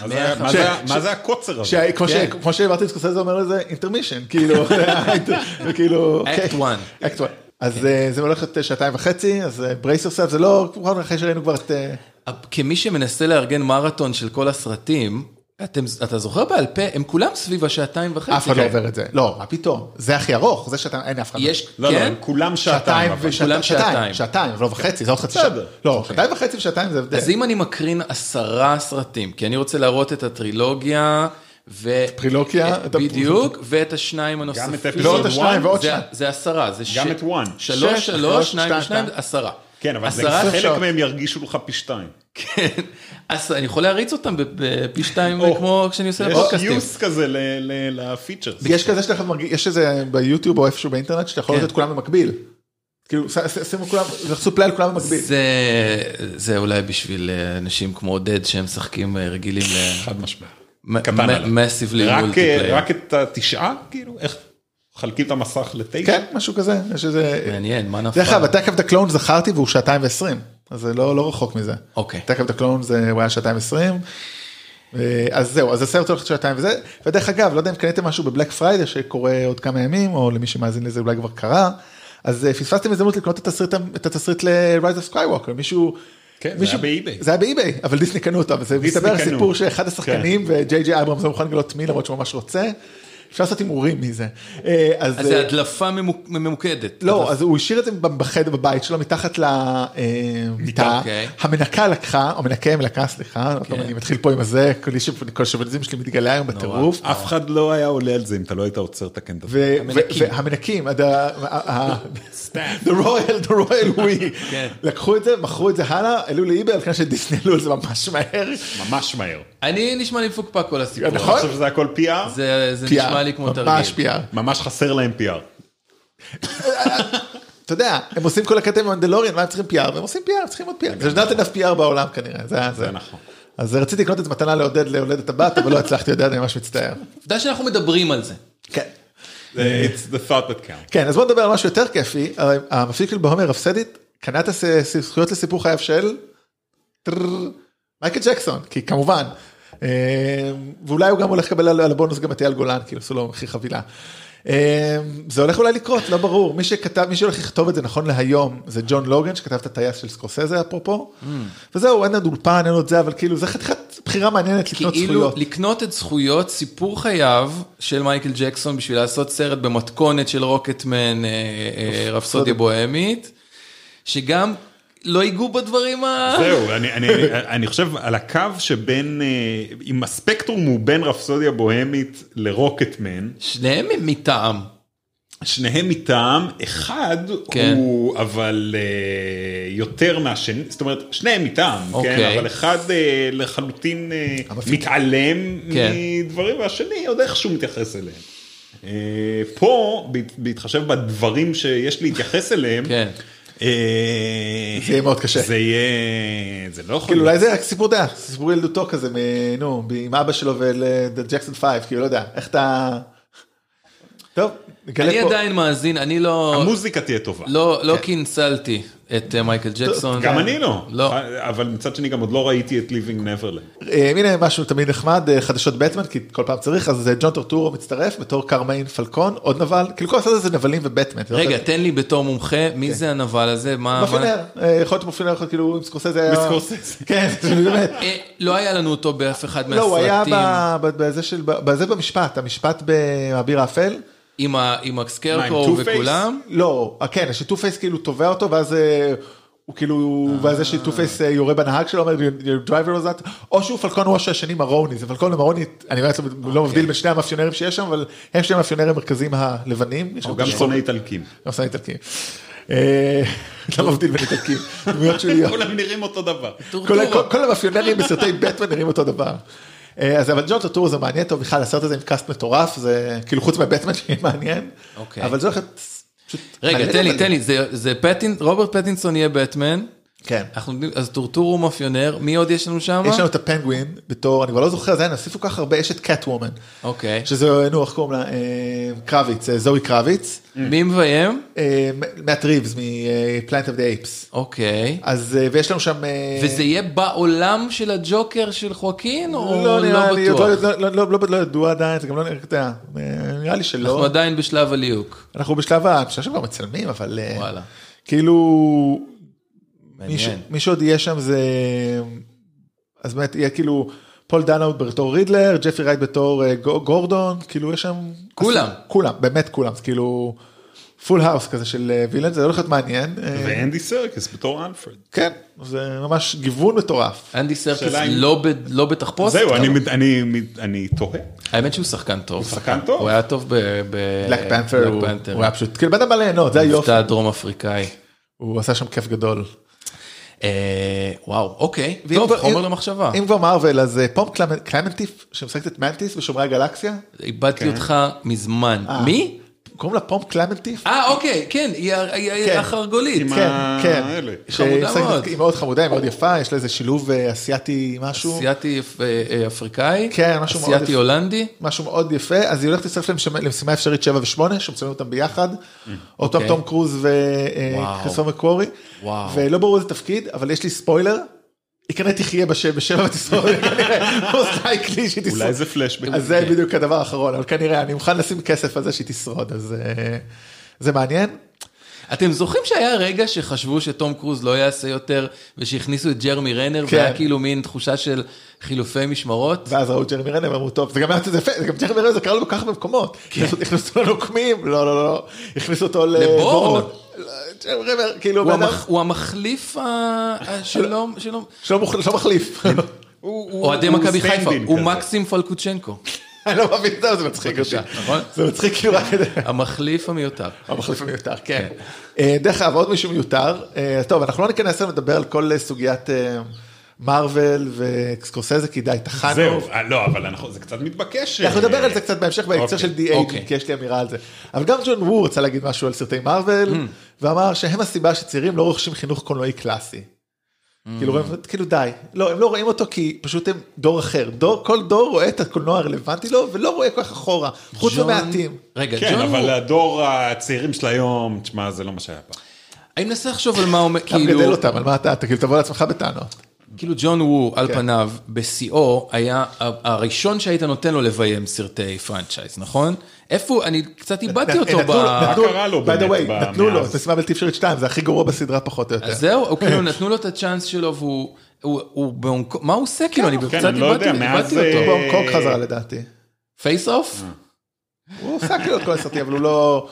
Speaker 3: מה זה- מה זה- מה זה הקוצר הזה?
Speaker 2: שה- כמו ש-
Speaker 4: כן.
Speaker 2: כמו שדיברתי סקורסזה אומר לזה אינטרמישן, כאילו, זה כאילו,
Speaker 4: Act one. כן.
Speaker 2: אקט 1. אז אה, זה הולך להיות אה, שעתיים וחצי, אז ברייס יוסף זה לא, כמובן אחרי שראינו כבר את, אה,
Speaker 4: כמי שמנסה לארגן מרתון של כל הסרטים, אתם, אתה זוכר בעל פה, הם כולם סביב השעתיים וחצי.
Speaker 2: אף אחד לא
Speaker 4: כן.
Speaker 2: עובר את זה, לא, מה פתאום, זה הכי ארוך, זה שעתיים, אין אף אחד.
Speaker 4: יש,
Speaker 3: לא, לא,
Speaker 4: כן?
Speaker 3: הם כולם שעתיים. אבל.
Speaker 2: ושעתיים,
Speaker 4: כולם
Speaker 2: שעתיים,
Speaker 4: שעתיים. אוקיי.
Speaker 2: שעתיים, אבל לא וחצי, זה עוד חצי שעה.
Speaker 3: בסדר.
Speaker 2: לא, שעתיים וחצי ושעתיים זה הבדל.
Speaker 4: אז אם אני מקרין עשרה סרטים, כי אני רוצה להראות את הטרילוגיה, ו... אה,
Speaker 2: טרילוגיה, אתה-
Speaker 4: בדיוק, ואת השניים הנוספים.
Speaker 3: גם את
Speaker 2: לא, את
Speaker 3: אפיזוד
Speaker 2: השניים
Speaker 3: 1,
Speaker 2: ועוד
Speaker 4: זה-
Speaker 2: שניים.
Speaker 4: זה עשרה, זה
Speaker 3: גם את one.
Speaker 4: שלוש,
Speaker 2: שש,
Speaker 4: שלוש,
Speaker 2: שלוש,
Speaker 4: שניים
Speaker 2: שתיים,
Speaker 4: ושניים,
Speaker 2: שתיים.
Speaker 4: עשרה.
Speaker 3: כן, אבל זה-
Speaker 4: עשרה,
Speaker 2: שעות.
Speaker 3: חלק מהם ירגישו לך פי שתיים.
Speaker 4: כן. אז אני יכול להריץ אותם בפי שתיים,
Speaker 3: או,
Speaker 4: כמו כשאני עושה
Speaker 3: יש
Speaker 4: פודקאסטים.
Speaker 3: יוס כזה ל- ל- לפיצ'רס.
Speaker 2: יש כזה שאתה מרגיש, יש איזה ביוטיוב או איפשהו באינטרנט שאתה יכול
Speaker 4: כן.
Speaker 2: לראות את כולם במקביל. כאילו, ש- ש- שימו כולם, לחצו פליי על כולם במקביל.
Speaker 4: זה, זה אולי בשביל אה, אנשים כמו עודד שהם משחקים אה, רגילים
Speaker 3: חד משמעית. קטן עליו.
Speaker 4: למסיבלי
Speaker 3: רק, אה,
Speaker 4: מולטיפלייר.
Speaker 3: רק את התשעה, כאילו, איך מחלקים את המסך לתשע?
Speaker 2: כן, משהו כזה, יש איזה...
Speaker 4: מעניין, מה
Speaker 3: נכון.
Speaker 4: נפל?
Speaker 2: דרך אגב, הטק אוף דה קלון זכרתי והוא שעתיים ועשרים, אז זה לא לא רחוק מזה.
Speaker 4: אוקיי.
Speaker 2: טק אוף דה קלון זה הוא היה שעתיים ועשרים. אה, אז זהו, אז הסרט הולך שעתיים וזה, ודרך אגב, לא יודע אם קניתם משהו בבלק פריידי שקורה עוד כמה ימים, או למי שמאזין לזה אולי כבר קרה, אז אה, פספסתם הזדמנות לקנות את התסריט, את התסריט ל-Rise of Skywalker, מישהו...
Speaker 3: כן, זה
Speaker 2: מישהו-
Speaker 3: היה באי-ביי.
Speaker 2: זה היה באי-ביי, אבל דיסני קנו אותם, זה
Speaker 3: דיסני
Speaker 2: מסתבר
Speaker 3: קנו. כן.
Speaker 2: סיפור שאחד השחקנים, וג'יי ג'יי אברמס לא מוכן לגלות מי למרות שהוא ממש רוצה, אפשר לעשות הימורים מזה. אה,
Speaker 4: אז זה
Speaker 2: אה,
Speaker 4: הדלפה ממוק- ממוקדת.
Speaker 2: לא, אז הוא השאיר את זה בחדר בבית שלו מתחת למיטה.
Speaker 4: אוקיי.
Speaker 2: המנקה לקחה, או מנקה מלקה, סליחה, עוד פעם, אני מתחיל פה עם הזה, כל ש- כל השוביניזם שלי מתגלה היום בטירוף.
Speaker 3: אף אחד לא היה עולה על זה אם אתה לא היית עוצר את הקנטה.
Speaker 2: ו- ו- והמנקים, עד ה- ה- ה- the royal, the royal we,
Speaker 4: כן.
Speaker 2: לקחו את זה, מכרו את זה הלאה, עלו לאיבר, על כנראה שדיסני עלו על זה ממש מהר.
Speaker 3: ממש מהר.
Speaker 4: אני נשמע לי מפוקפק כל הסיפור.
Speaker 2: נכון.
Speaker 3: אני חושב שזה הכל PR,
Speaker 4: זה זה
Speaker 2: PR,
Speaker 4: נשמע לי כמו
Speaker 2: ממש
Speaker 4: תרגיל.
Speaker 2: PR.
Speaker 3: ממש חסר להם PR.
Speaker 2: אתה יודע, הם עושים כל הקטע עם מנדלוריאן, מה הם צריכים PR? והם עושים PR, צריכים עוד PR. זה not enough PR בעולם כנראה, זה ה-
Speaker 3: כן. זה נכון.
Speaker 2: אז רציתי לקנות את זה מתנה לעודד להולדת הבת, אבל לא הצלחתי, יודע, אני ממש מצטער.
Speaker 4: עובדה שאנחנו מדברים על זה.
Speaker 2: כן.
Speaker 3: It's the thought that counts.
Speaker 2: כן, אז בוא נדבר על משהו יותר כיפי. הרי המפיק של בהומר רפסדית קנה את הס- זכויות לסיפור חייו של טררר, מייקל ג'קסון, כי כמובן. אה, ואולי הוא גם הולך לקבל על על הבונוס גם את אייל גולן, כאילו עשו לו מחיר חבילה. אה, זה הולך אולי לקרות, לא ברור. מי שכתב, מי שהולך לכתוב את זה נכון להיום, זה ג'ון לוגן, שכתב את הטייס של סקורסזה אפרופו. וזהו, אין עוד אולפן, אין עוד זה, אבל כאילו, זה חתיכת בחירה מעניינת לקנות
Speaker 4: כאילו
Speaker 2: זכויות.
Speaker 4: לקנות את זכויות סיפור חייו של מייקל ג'קסון בשביל לעשות סרט במתכונת של רוקטמן אה, אה, רפסודיה בוהמית, שגם לא ייגעו בדברים ה...
Speaker 3: זהו, אני, אני, אני, אני חושב על הקו שבין, אה, אם הספקטרום הוא בין רפסודיה בוהמית לרוקטמן,
Speaker 4: שניהם הם מטעם.
Speaker 3: שניהם מטעם, אחד
Speaker 4: כן.
Speaker 3: כן. הוא אבל אה, יותר מהשני, זאת אומרת שניהם מטעם,
Speaker 4: אוקיי.
Speaker 3: כן, אבל אחד אה, לחלוטין אה,
Speaker 2: המפיק.
Speaker 3: מתעלם
Speaker 4: כן.
Speaker 3: מדברים והשני עוד איכשהו מתייחס אליהם. אה, פה, בהת- בהתחשב בדברים שיש להתייחס אליהם,
Speaker 4: כן.
Speaker 3: אה,
Speaker 2: זה יהיה מאוד קשה.
Speaker 3: זה יהיה, זה לא יכול
Speaker 2: כאילו
Speaker 3: להיות.
Speaker 2: אולי זה רק סיפור דעה, סיפור ילדותו כזה, מ- נו, ב- עם אבא שלו ולג'קסון פייב, כאילו לא יודע, איך אתה... טוב, נגלה
Speaker 4: אני
Speaker 2: פה.
Speaker 4: עדיין מאזין, אני לא...
Speaker 3: המוזיקה תהיה טובה.
Speaker 4: לא,
Speaker 2: כן.
Speaker 4: לא קינסלתי את אה, מייקל ג'קסון.
Speaker 3: גם אני לא.
Speaker 4: לא.
Speaker 3: אבל מצד שני גם עוד לא ראיתי את Living Neverland.
Speaker 2: אה, הנה משהו תמיד נחמד, אה, חדשות בטמן, כי כל פעם צריך, אז אה, ג'ון טורטורו מצטרף בתור קרמיין פלקון, עוד נבל, כאילו כל הסרט הזה זה נבלים ובטמן. זה לא כן.
Speaker 4: רגע,
Speaker 2: כזה-
Speaker 4: תן לי בתור מומחה, מי זה הנבל הזה? מה... מה-
Speaker 2: מופינר, אה, יכול להיות מופינר, יכול להיות כאילו עם סקורסזה היה...
Speaker 3: בסקורסזה.
Speaker 2: כן, זה באמת.
Speaker 4: אה, לא היה לנו אותו באף אחד
Speaker 2: לא, הוא היה
Speaker 4: מהסרטים.
Speaker 2: ב- ב- בזה של, בזה במשפט, המשפט באביר האפל.
Speaker 4: עם ה- עם
Speaker 3: מה,
Speaker 4: הסקרקו
Speaker 3: עם Two-Face?
Speaker 4: וכולם.
Speaker 2: לא, אה, כן, שטו פייס כאילו תובע אותו, ואז אה, הוא כאילו, ואז יש טו פייס יורה בנהג שלו, אומר, "Your- your driver was that, או שהוא פלקון או השני מרוני, זה פלקון ומרוני, אני באמת לא מבדיל בין שני המאפיונרים שיש שם, אבל הם שני המאפיונרים המרכזיים הלבנים. יש
Speaker 3: הוא
Speaker 2: גם
Speaker 3: גם
Speaker 2: שחור-
Speaker 3: שונא איטלקים.
Speaker 2: גם שונא איטלקים. אה, לא מבדיל בין איטלקים, דמויות שוליות.
Speaker 3: כולם נראים אותו דבר.
Speaker 2: כל,
Speaker 4: טורטורו.
Speaker 2: כל, כל המאפיונרים בסרטי בטמן נראים אותו דבר. אה, אז אבל ג'ון טורטורו זה מעניין טוב, בכלל הסרט הזה עם קאסט מטורף, זה כאילו חוץ מהבטמן שיהיה מעניין,
Speaker 4: אוקיי.
Speaker 2: אבל זה הולך להיות פשוט...
Speaker 4: רגע,
Speaker 2: מעניין,
Speaker 4: תן לי,
Speaker 2: אבל-
Speaker 4: תן לי, זה- זה פטין, רוברט פטינסון יהיה בטמן.
Speaker 2: כן.
Speaker 4: אנחנו יודעים, אז טורטור הוא מאפיונר, מי עוד יש לנו שם?
Speaker 2: יש לנו את הפנגווין בתור, אני כבר לא זוכר, זה היה, הוסיפו כל כך הרבה, יש את קאט וומן,
Speaker 4: אוקיי.
Speaker 2: שזה, נו, איך קוראים לה? אה, קרביץ, אה, זוהי קרביץ,
Speaker 4: מי מביים?
Speaker 2: אה, מאט ריבס מפלנט אוף דה אייפס.
Speaker 4: אוקיי.
Speaker 2: אז, אה, ויש לנו שם... אה,
Speaker 4: וזה יהיה בעולם של הג'וקר של חואקין, או
Speaker 2: לא נראה לי, עוד
Speaker 4: בטוח?
Speaker 2: לא- לא- לא- לא- לא- לא ידוע עדיין, זה גם לא נראה, אתה יודע, אה, נראה לי שלא.
Speaker 4: אנחנו עדיין בשלב הליהוק.
Speaker 2: אנחנו בשלב ה... אני חושב שכבר מצלמים, אבל... אה,
Speaker 4: וואלה.
Speaker 2: כאילו... מי ש-
Speaker 4: מעניין.
Speaker 2: מי שעוד יהיה שם זה... אז באמת יהיה כאילו פול דנאו בתור רידלר, ג'פרי רייט בתור אה, גו- גורדון, כאילו יש שם...
Speaker 4: כולם.
Speaker 2: כולם, באמת כולם, זה כאילו... פול האוס כזה של אה, וילן, זה הולך להיות מעניין. אה,
Speaker 3: ואנדי סרקס בתור אלפרד.
Speaker 2: כן, זה ממש גיוון מטורף.
Speaker 4: אנדי סרקס
Speaker 3: השאלה אם-
Speaker 4: לא ב- לא בתחפושת?
Speaker 2: אוקיי.
Speaker 3: זהו,
Speaker 4: אבל-
Speaker 3: אני מת- אני מת- אני תוהה.
Speaker 4: האמת שהוא שחקן טוב.
Speaker 3: שחקן טוב.
Speaker 4: הוא היה טוב ב...
Speaker 2: בלק פנת'ר, הוא הוא היה פשוט, כאילו בן אדם בא ליהנות, זה היופי.
Speaker 4: מבטא דרום אפריקאי.
Speaker 2: הוא עשה שם כיף גדול.
Speaker 4: אה, וואו, אוקיי.
Speaker 2: ואם
Speaker 4: טוב,
Speaker 2: כבר-
Speaker 4: חומר
Speaker 2: אם-
Speaker 4: למחשבה.
Speaker 2: אם כבר מארוול, אז אה, פום קלמנ- קלמנטיף, שמשחקת את מנטיס ושומרי הגלקסיה,
Speaker 3: כן.
Speaker 4: איבדתי אותך מזמן.
Speaker 2: אה.
Speaker 4: מי?
Speaker 2: קוראים לה פום קלמנטיף?
Speaker 4: אה, אוקיי, כן, היא ה- היא
Speaker 2: כן.
Speaker 4: ה- החרגולית.
Speaker 3: עם
Speaker 2: כן,
Speaker 3: ה-
Speaker 2: כן.
Speaker 3: אלה.
Speaker 2: שהיא
Speaker 4: חמודה
Speaker 2: משחקת-
Speaker 4: מאוד.
Speaker 2: היא מאוד חמודה, היא מאוד יפה, יש לה איזה שילוב אה, אסיאתי משהו,
Speaker 4: אסיאתי אה, אה, אפריקאי?
Speaker 2: כן, משהו מאוד
Speaker 4: אסיאתי
Speaker 2: יפה.
Speaker 4: הולנדי?
Speaker 2: משהו מאוד יפה, אז היא הולכת להצטרף למשימה- למשימה אפשרית 7 ו-8, שמצלמים אותם ביחד, עוד פעם
Speaker 4: אוקיי.
Speaker 2: תום קרוז
Speaker 4: וואו.
Speaker 2: וכריסטופר קוורי,
Speaker 4: וואו.
Speaker 2: ולא ברור איזה תפקיד, אבל יש לי ספוילר, היא כנראה תחיה בש- בשבע ותשרוד, כנראה, most likely שהיא תשרוד.
Speaker 3: אולי זה פלשבק.
Speaker 2: אז
Speaker 4: כן.
Speaker 2: זה בדיוק הדבר האחרון, אבל כנראה, אני מוכן לשים כסף על זה שהיא תשרוד, אז אה, זה מעניין.
Speaker 4: אתם זוכרים שהיה רגע שחשבו שתום קרוז לא יעשה יותר, ושהכניסו את ג'רמי רנר,
Speaker 2: כן.
Speaker 4: והיה כאילו מין תחושה של חילופי משמרות?
Speaker 2: ואז ראו את ג'רמי רנר ואמרו טוב זה גם היה זה יפה זה גם ג'רמי רנר זה קרה לו בכל כך הרבה מקומות
Speaker 4: כן.
Speaker 2: הכניסו- הכניסו אותו לנוקמים לא לא לא הכניסו אותו
Speaker 4: לבורן.
Speaker 2: לבורן. ג'רמי רנר כאילו
Speaker 4: הוא
Speaker 2: בן אדם
Speaker 4: המח- הוא המחליף ה- ה- שלו, שלו-
Speaker 2: שלא מוכ- שלא מחליף
Speaker 4: כן. אוהדי
Speaker 3: הוא
Speaker 4: מכבי חיפה,
Speaker 3: stand-in
Speaker 4: הוא
Speaker 3: כזה.
Speaker 4: מקסים פלקוצ'נקו,
Speaker 2: אני לא מבין את זה אבל זה מצחיק אותי
Speaker 4: בבקשה, נכון?
Speaker 2: זה מצחיק כאילו רק את זה.
Speaker 4: המחליף המיותר.
Speaker 2: המחליף המיותר כן אה, דרך אגב עוד מישהו מיותר אה, טוב אנחנו לא ניכנס היום לדבר על כל אה, סוגיית אה, מארוול וסקורסזה כי די טחנו.
Speaker 3: זהו, אה, לא, אבל אנחנו- זה קצת מתבקש.
Speaker 2: אנחנו נדבר על זה קצת בהמשך בהקשר
Speaker 3: אוקיי.
Speaker 2: של די אייג'ינג,
Speaker 4: כן. אוקיי.
Speaker 2: כי יש לי אמירה על זה. אבל גם ג'ון וו רצה להגיד משהו על סרטי מארוול,
Speaker 4: Hmm.
Speaker 2: ואמר שהם הסיבה שצעירים לא רוכשים חינוך קולנועי קלאסי.
Speaker 4: Hmm.
Speaker 2: כאילו, רואים- כאילו די, לא, הם לא רואים אותו כי פשוט הם דור אחר, דור, כל דור רואה את הקולנוע הרלוונטי לו ולא רואה כל כך אחורה, חוץ
Speaker 4: ג'ון-
Speaker 2: ממעטים.
Speaker 4: רגע,
Speaker 3: כן,
Speaker 4: ג'ון,
Speaker 3: אבל
Speaker 4: הוא-
Speaker 3: הדור הצעירים של היום, תשמע, זה לא מה שהיה פעם.
Speaker 4: אני מנסה לחשוב על מה אומר,
Speaker 2: אתה
Speaker 4: כאילו,
Speaker 2: מגדל אותם, על מה אתה, אתה כאילו תבוא לעצמך בטענות.
Speaker 4: כאילו ג'ון וו על
Speaker 2: כן.
Speaker 4: פניו, בשיאו, היה ה- הראשון שהיית נותן לו לביים סרטי פרנצ'ייז, נכון? איפה, אני קצת איבדתי אותו
Speaker 2: נתנו
Speaker 4: ב...
Speaker 2: לו- אה, נתנו-
Speaker 3: מה קרה לו
Speaker 2: by the
Speaker 3: באמת
Speaker 2: way,
Speaker 3: ב-
Speaker 2: נתנו לו,
Speaker 3: מאז?
Speaker 2: משימה בלתי אפשרית 2, זה הכי גרוע בסדרה פחות או יותר.
Speaker 4: אז זהו, הוא כאילו נתנו לו את הצ'אנס שלו והוא, הוא, הוא בהונג קונג, מה הוא עושה כאילו, אני
Speaker 3: כן,
Speaker 4: קצת
Speaker 3: אני לא יודע,
Speaker 4: איבדתי
Speaker 3: מאז,
Speaker 4: איבדתי
Speaker 2: טוב,
Speaker 4: אותו.
Speaker 3: אה,
Speaker 2: הונג קונג חזרה לדעתי.
Speaker 4: פייס אוף?
Speaker 2: הוא עושה כאילו את כל הסרטים, אבל הוא לא...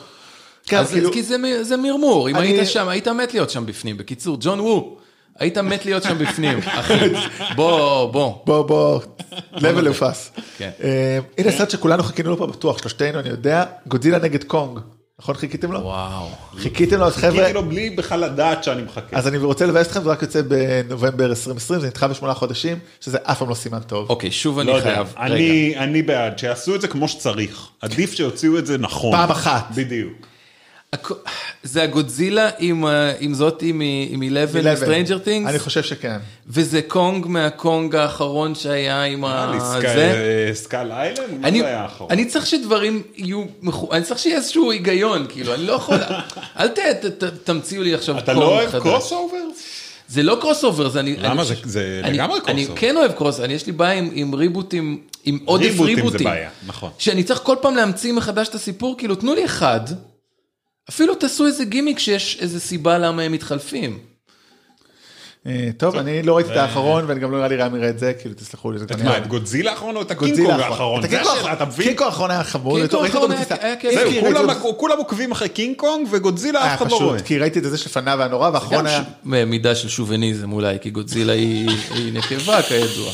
Speaker 2: כן,
Speaker 4: אז
Speaker 2: כאילו-
Speaker 4: כי זה מ- זה מרמור, אם
Speaker 2: אני-
Speaker 4: היית שם, היית מת להיות שם בפנים, בקיצור, ג'ון וו, היית מת להיות שם בפנים, אחי, בוא, בוא.
Speaker 2: בוא בוא, level of us.
Speaker 4: כן.
Speaker 2: אה, הנה סרט שכולנו חיכינו לו פה בטוח, שלושתנו, אני יודע, גודזילה נגד קונג. נכון? חיכיתם לו?
Speaker 4: וואו.
Speaker 2: חיכיתם לו, אז חבר'ה,
Speaker 3: חיכיתי לו בלי בכלל לדעת שאני מחכה.
Speaker 2: אז אני רוצה לבאס אתכם, זה רק יוצא בנובמבר 2020, זה נדחה בשמונה חודשים, שזה אף פעם לא סימן טוב.
Speaker 4: אוקיי, שוב אני
Speaker 3: לא יודע,
Speaker 4: חייב. רגע.
Speaker 3: אני, אני בעד, שיעשו את זה כמו שצריך. עדיף שיוציאו את זה נכון.
Speaker 2: פעם אחת.
Speaker 3: בדיוק.
Speaker 4: הכ- זה הגודזילה עם, ה- עם זאתי מ- מ-11,
Speaker 2: Eleven.
Speaker 4: Stranger Things,
Speaker 2: אני חושב שכן.
Speaker 4: וזה קונג מהקונג האחרון שהיה עם
Speaker 3: נראה לי,
Speaker 4: ה...
Speaker 3: סקי-
Speaker 4: זה.
Speaker 3: אה, סקל איילנד? מה
Speaker 4: אני,
Speaker 3: זה לא היה האחרון?
Speaker 4: אני צריך שדברים יהיו, מחו- אני צריך שיהיה איזשהו היגיון, כאילו, אני לא יכול, אל ת, ת, ת, תמציאו לי עכשיו
Speaker 3: אתה
Speaker 4: קונג
Speaker 3: לא אוהב
Speaker 4: חדש.
Speaker 3: קרוס אובר?
Speaker 4: זה לא קרוס אובר, זה אני...
Speaker 3: למה?
Speaker 4: אני
Speaker 3: זה-
Speaker 4: חושב-
Speaker 3: זה
Speaker 4: אני-
Speaker 3: לגמרי קרוס
Speaker 4: אני
Speaker 3: אובר.
Speaker 4: כן אוהב קרוס, אני יש לי בעיה עם- עם ריבוטים, עם עודף
Speaker 3: ריבוטים
Speaker 4: ריבוטים.
Speaker 3: זה בעיה, נכון.
Speaker 4: שאני צריך כל פעם להמציא מחדש את הסיפור, כאילו תנו לי אחד, אפילו תעשו איזה גימיק שיש איזה סיבה למה הם מתחלפים.
Speaker 2: אה, טוב, אני לא ראיתי את האחרון, ואני גם לא נראה לי רם יראה את זה, כאילו, תסלחו לי, זה
Speaker 3: את
Speaker 2: גם
Speaker 3: מה,
Speaker 2: נראה-
Speaker 3: את גודזילה האחרון או את
Speaker 2: גודזילה
Speaker 3: הקינקונג האחרון?
Speaker 2: את
Speaker 3: זה
Speaker 2: הקינג קונג
Speaker 3: השאלה, אתה
Speaker 2: האחרון- לא,
Speaker 3: מבין?
Speaker 2: קינג קונג האחרון היה חמוד,
Speaker 4: קינג קונג
Speaker 2: ראיתי אותו
Speaker 4: האחרון
Speaker 2: בטיסה.
Speaker 4: היה- היה כיף.
Speaker 2: כי
Speaker 3: זהו,
Speaker 2: ראיתי
Speaker 3: כולם-
Speaker 2: אותו בטיסה.
Speaker 3: כולם עוקבים אחרי קינג קונג וגודזילה
Speaker 2: היה
Speaker 3: אף אחד לא רואה.
Speaker 2: אה, פשוט, כי ראיתי את זה שלפניו היה נורא,
Speaker 3: נכון,
Speaker 2: והאחרון
Speaker 4: גם
Speaker 2: היה...
Speaker 4: ש- מידה של שוביניזם אולי, כי גודזילה היא היא נקבה כידוע.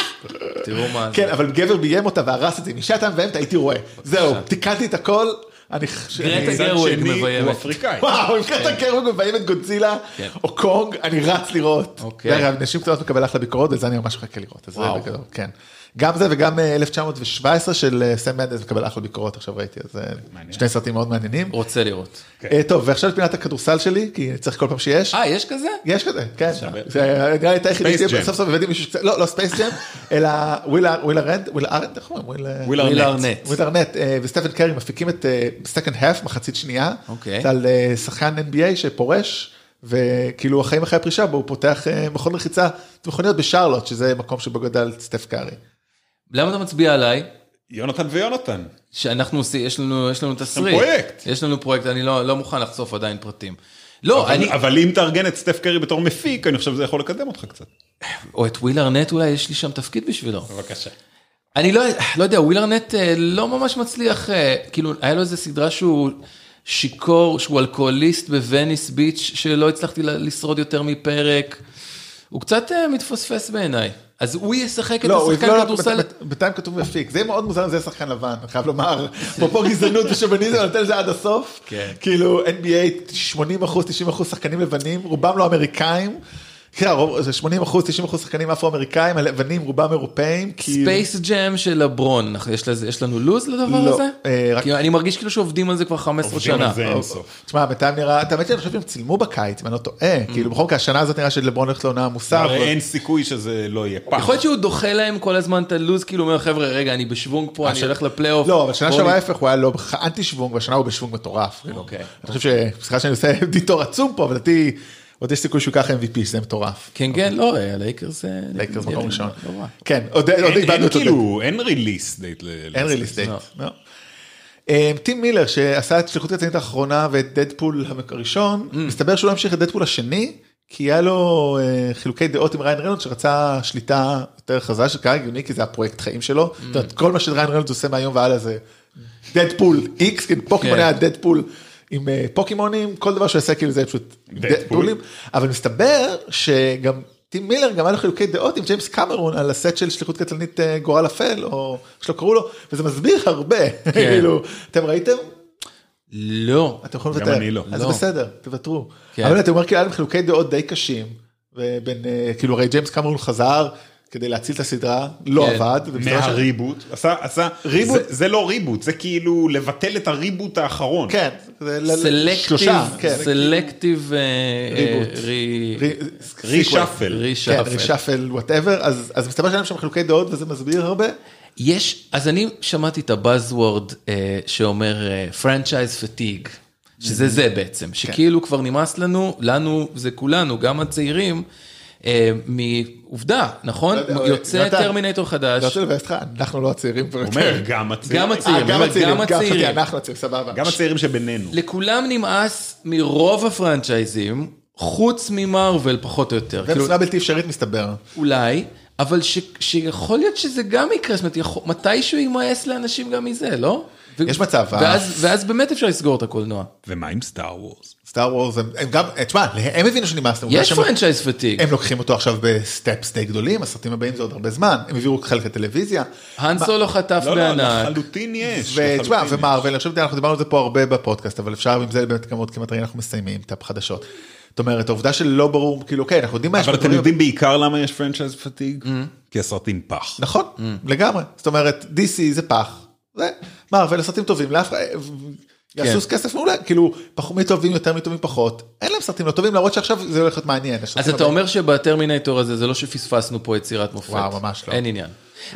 Speaker 4: תראו מה זה.
Speaker 2: כן, אבל גבר ביים אותה והרס את זה, אם אישה הייתה מביימת הייתי רואה. זהו, תיקנתי את הכל. אני חושב...
Speaker 4: גרטה
Speaker 3: מצד
Speaker 4: גרוויג
Speaker 3: שני,
Speaker 4: מביימת.
Speaker 3: הוא אפריקאי.
Speaker 2: וואו, אם קראת קרוב מביים את גודזילה,
Speaker 4: כן.
Speaker 2: או קונג, אני רץ לראות.
Speaker 4: אוקיי.
Speaker 2: ואגב, נשים קטנות מקבל אחלה ביקורות, וזה אני ממש מחכה לראות. אז זה
Speaker 4: וואו.
Speaker 2: בגדול, כן. גם זה וגם אה, 1917 של אה, סם מנדס מקבל אחלה ביקורות, עכשיו ראיתי, אז אה,
Speaker 3: מעניין.
Speaker 2: שני סרטים מאוד מעניינים.
Speaker 4: רוצה לראות.
Speaker 2: אה, טוב, ועכשיו לפינת הכדורסל שלי, כי צריך כל פעם שיש.
Speaker 4: אוקיי. אה, יש כזה?
Speaker 2: יש כזה, כן. זה נראה לי את היחידי
Speaker 3: Space
Speaker 2: שלי,
Speaker 3: Jam.
Speaker 2: סוף סוף הבאתי מישהו שקצת, לא, לא ספייס ג'ם, אלא וויל אר- וויל ארנד, וויל ארנד, איך אומרים? אה, וויל-
Speaker 3: וויל
Speaker 4: וויל
Speaker 3: ארנט.
Speaker 4: ארנט.
Speaker 2: וויל ארנט אה, וסטפן קרי מפיקים את סקנד האף, מחצית שנייה.
Speaker 4: אוקיי.
Speaker 2: זה על אה, שחקן NBA שפורש, וכאילו החיים אחרי הפרישה בו הוא פותח אה, מכון לחיצה מכוניות בשרלוט, שזה מקום שבו גדל סטף קרי.
Speaker 4: למה אתה מצביע עליי?
Speaker 3: יונתן ויונתן.
Speaker 4: שאנחנו עושים, יש לנו, יש לנו תסריט.
Speaker 3: פרויקט.
Speaker 4: יש לנו פרויקט, אני לא, לא מוכן לחשוף עדיין פרטים. לא,
Speaker 3: אבל-
Speaker 4: אני,
Speaker 3: אבל אם תארגן את סטף קרי בתור מפיק, אני חושב שזה יכול לקדם אותך קצת.
Speaker 4: או את וויל ארנט אולי, יש לי שם תפקיד בשבילו.
Speaker 3: בבקשה.
Speaker 4: אני לא, לא יודע, וויל ארנט אה, לא ממש מצליח, אה, כאילו, היה לו איזה סדרה שהוא שיכור, שהוא אלכוהוליסט בווניס ביץ', שלא הצלחתי ל- לשרוד יותר מפרק. הוא קצת אה, מתפספס בעיניי. אז הוא ישחק את
Speaker 2: לא, הוא
Speaker 4: השחקן
Speaker 2: לא,
Speaker 4: כדורסל.
Speaker 2: בת- בת- בינתיים כתוב מפיק, זה מאוד מוזר אם זה יהיה שחקן לבן, אני חייב לומר, אפרופו גזענות ושוביניזם, אני נותן לזה עד הסוף,
Speaker 4: כן.
Speaker 2: כאילו NBA 80 אחוז, 90 אחוז שחקנים לבנים, רובם לא אמריקאים, כן, הרוב- זה 80 אחוז, 90 אחוז שחקנים אפרו-אמריקאים, הלבנים רובם אירופאים, כאילו,
Speaker 4: ספייס ג'ם של לברון, אנחנו- יש לזה- יש לנו לוז לדבר
Speaker 2: לא,
Speaker 4: הזה?
Speaker 2: אה, רק-
Speaker 4: כאילו, אני מרגיש כאילו שעובדים על זה כבר 15
Speaker 3: עובדים על
Speaker 4: שנה.
Speaker 3: זה. אין סוף.
Speaker 2: תשמע, בינתיים נראה, את האמת שאני חושב שהם צילמו בקיץ, אם אני לא טועה,
Speaker 4: Mm.
Speaker 2: כאילו בכל מקרה השנה הזאת נראה שלברון הולך לעונה
Speaker 4: לא,
Speaker 2: עמוסה, אבל-
Speaker 3: הרי אין סיכוי שזה לא יהיה פעם.
Speaker 4: יכול להיות שהוא דוחה להם כל הזמן את הלוז, כאילו אומר חבר'ה רגע אני בשוונג פה, אני הולך לפלייאוף.
Speaker 2: לא, אבל שנה
Speaker 4: בואו
Speaker 2: שעברה
Speaker 4: נ-
Speaker 2: ההפך, הוא היה לא אנטי שוונג, והשנה הוא בשוונג מטורף. כאילו.
Speaker 4: אוקיי.
Speaker 2: אני חושב ש... סליחה שאני עושה דיטור עצום פה, אבל לדעתי עוד יש סיכוי שהוא ייקח MVP, שזה מטורף.
Speaker 4: כן כן, לא, הלייקרס זה...
Speaker 2: אוקיי. לייקרס מקום ראשון.
Speaker 4: לא רע.
Speaker 2: כן, עוד עוד
Speaker 3: אין-
Speaker 2: איבדנו
Speaker 3: אין
Speaker 2: את הדייט.
Speaker 3: כאילו, אין ריליס דייט. ל-
Speaker 2: אין
Speaker 3: ל-
Speaker 2: ריליס דייט.
Speaker 4: לא.
Speaker 2: לא. אמ, טים מילר שעשה את שליחות רצינית האחרונה ואת דדפול המק- הראשון, מסתבר שהוא לא המשיך את דדפול השני, כי היה לו אה, חילוקי דעות עם ריין רנולד שרצה שליטה יותר חזרה של קהל הגיוני, כי זה הפרויקט חיים שלו. זאת אומרת, כל מה שריין רנולד עושה מהיום והלאה זה דדפול איקס, כן, פוקימון
Speaker 4: כן.
Speaker 2: היה דדפול. עם אה, פוקימונים, כל דבר שהוא עושה כאילו זה פשוט
Speaker 3: דדפול.
Speaker 2: דדפולים, אבל מסתבר שגם טים מילר גם היה לו חילוקי דעות עם ג'יימס קמרון על הסט של שליחות קטלנית אה, גורל אפל, או איך שלא קראו לו, וזה מסביר הרבה, כאילו, אתם ראיתם?
Speaker 4: לא.
Speaker 2: אתם יכולים
Speaker 3: גם
Speaker 2: לוותר,
Speaker 3: אני לא.
Speaker 2: אז
Speaker 4: לא.
Speaker 2: בסדר, תוותרו.
Speaker 4: כן.
Speaker 2: אבל אתה אומר כאילו היה להם חילוקי דעות די קשים, ובין, אה, כאילו הרי ג'יימס קמרון חזר כדי להציל את הסדרה, לא
Speaker 4: כן.
Speaker 2: עבד, ומסתבר ש-
Speaker 3: מהריבוט. עשה, עשה,
Speaker 2: ריבוט?
Speaker 3: זה- זה לא ריבוט, זה כאילו לבטל את הריבוט האחרון.
Speaker 2: כן, זה ל-
Speaker 4: סלקטיב,
Speaker 2: שלושה, כן.
Speaker 4: סלקטיב אה,
Speaker 2: ריבוט. רי-
Speaker 3: רישאפל.
Speaker 2: כן,
Speaker 4: רישאפל.
Speaker 2: רישאפל וואטאבר, אז אז מסתבר שהיו להם שם חילוקי דעות וזה מסביר הרבה.
Speaker 4: יש, אז אני שמעתי את הבאזוורד אה, שאומר פרנצ'ייז פטיג,
Speaker 2: Mm-hmm.
Speaker 4: שזה זה
Speaker 2: כן.
Speaker 4: בעצם, שכאילו כבר נמאס לנו, לנו זה כולנו, גם הצעירים, אה, מעובדה, נכון?
Speaker 2: לא יודע,
Speaker 4: יוצא
Speaker 2: נתן,
Speaker 4: טרמינטור
Speaker 2: אני
Speaker 4: חדש,
Speaker 2: רוצה לבאס אותך, אנחנו לא הצעירים.
Speaker 3: הוא אומר, גם הצעירים.
Speaker 4: גם
Speaker 2: אה,
Speaker 4: הצעירים, אני
Speaker 2: גם
Speaker 4: אומר,
Speaker 2: הצעירים,
Speaker 4: גם
Speaker 2: גם הצעירים,
Speaker 4: הצעירים.
Speaker 2: אנחנו הצעירים, סבבה.
Speaker 3: גם הצעירים שבינינו.
Speaker 4: לכולם נמאס מרוב הפרנצ'ייזים, חוץ ממרוויל פחות או יותר. כאילו,
Speaker 2: ומשימה בלתי אפשרית מסתבר.
Speaker 4: אולי, אבל ש, שיכול להיות שזה גם יקרה, זאת אומרת, יכול, מתישהו יימאס לאנשים גם מזה, לא? ו-
Speaker 2: יש מצב, אה?
Speaker 4: ואז, ואז באמת אפשר לסגור את הקולנוע.
Speaker 3: ומה עם סטאר וורס?
Speaker 2: סטאר וורס הם הם גם, אה, תשמע, הם הבינו שנמאס להם. אולי
Speaker 4: יש
Speaker 2: שהם-
Speaker 4: פרנצ'ייז פתיג.
Speaker 2: הם לוקחים אותו עכשיו בסטפס די גדולים, הסרטים הבאים זה עוד הרבה זמן, הם הביאו חלק לטלוויזיה. מה-
Speaker 4: הנסו לא חטף
Speaker 3: לא, לא,
Speaker 4: בענק.
Speaker 3: לחלוטין יש.
Speaker 2: ותשמע,
Speaker 3: לחלוטין
Speaker 2: ומרוויל, אני חושב שאנחנו דיברנו על זה פה הרבה בפודקאסט, אבל אפשר עם זה באמת כמות כמעט אנחנו מסיימים את החדשות. זאת אומרת, העובדה שלא ברור, כאילו, כן, אנחנו יודעים מה יש
Speaker 3: אבל אתם
Speaker 2: בדברים,
Speaker 3: יודעים בעיקר למה יש פרנצ'ייז פתיג? כי הסרטים פח.
Speaker 2: נכון,
Speaker 4: Mm.
Speaker 2: לגמרי. זאת אומרת, DC זה פח. זה, מרוויל, סרטים טובים, לאף אחד...
Speaker 4: כן.
Speaker 2: יעשו כסף מעולה, כאילו, פחות מטובים יותר, מטובים פחות. אין להם סרטים לא טובים, למרות שעכשיו זה הולך להיות מעניין.
Speaker 4: אז
Speaker 2: הסרטים
Speaker 4: אתה
Speaker 2: הבאים-
Speaker 4: אומר שבטרמינטור הזה זה לא שפספסנו פה יצירת מופת.
Speaker 2: וואו, ממש לא.
Speaker 4: אין עניין.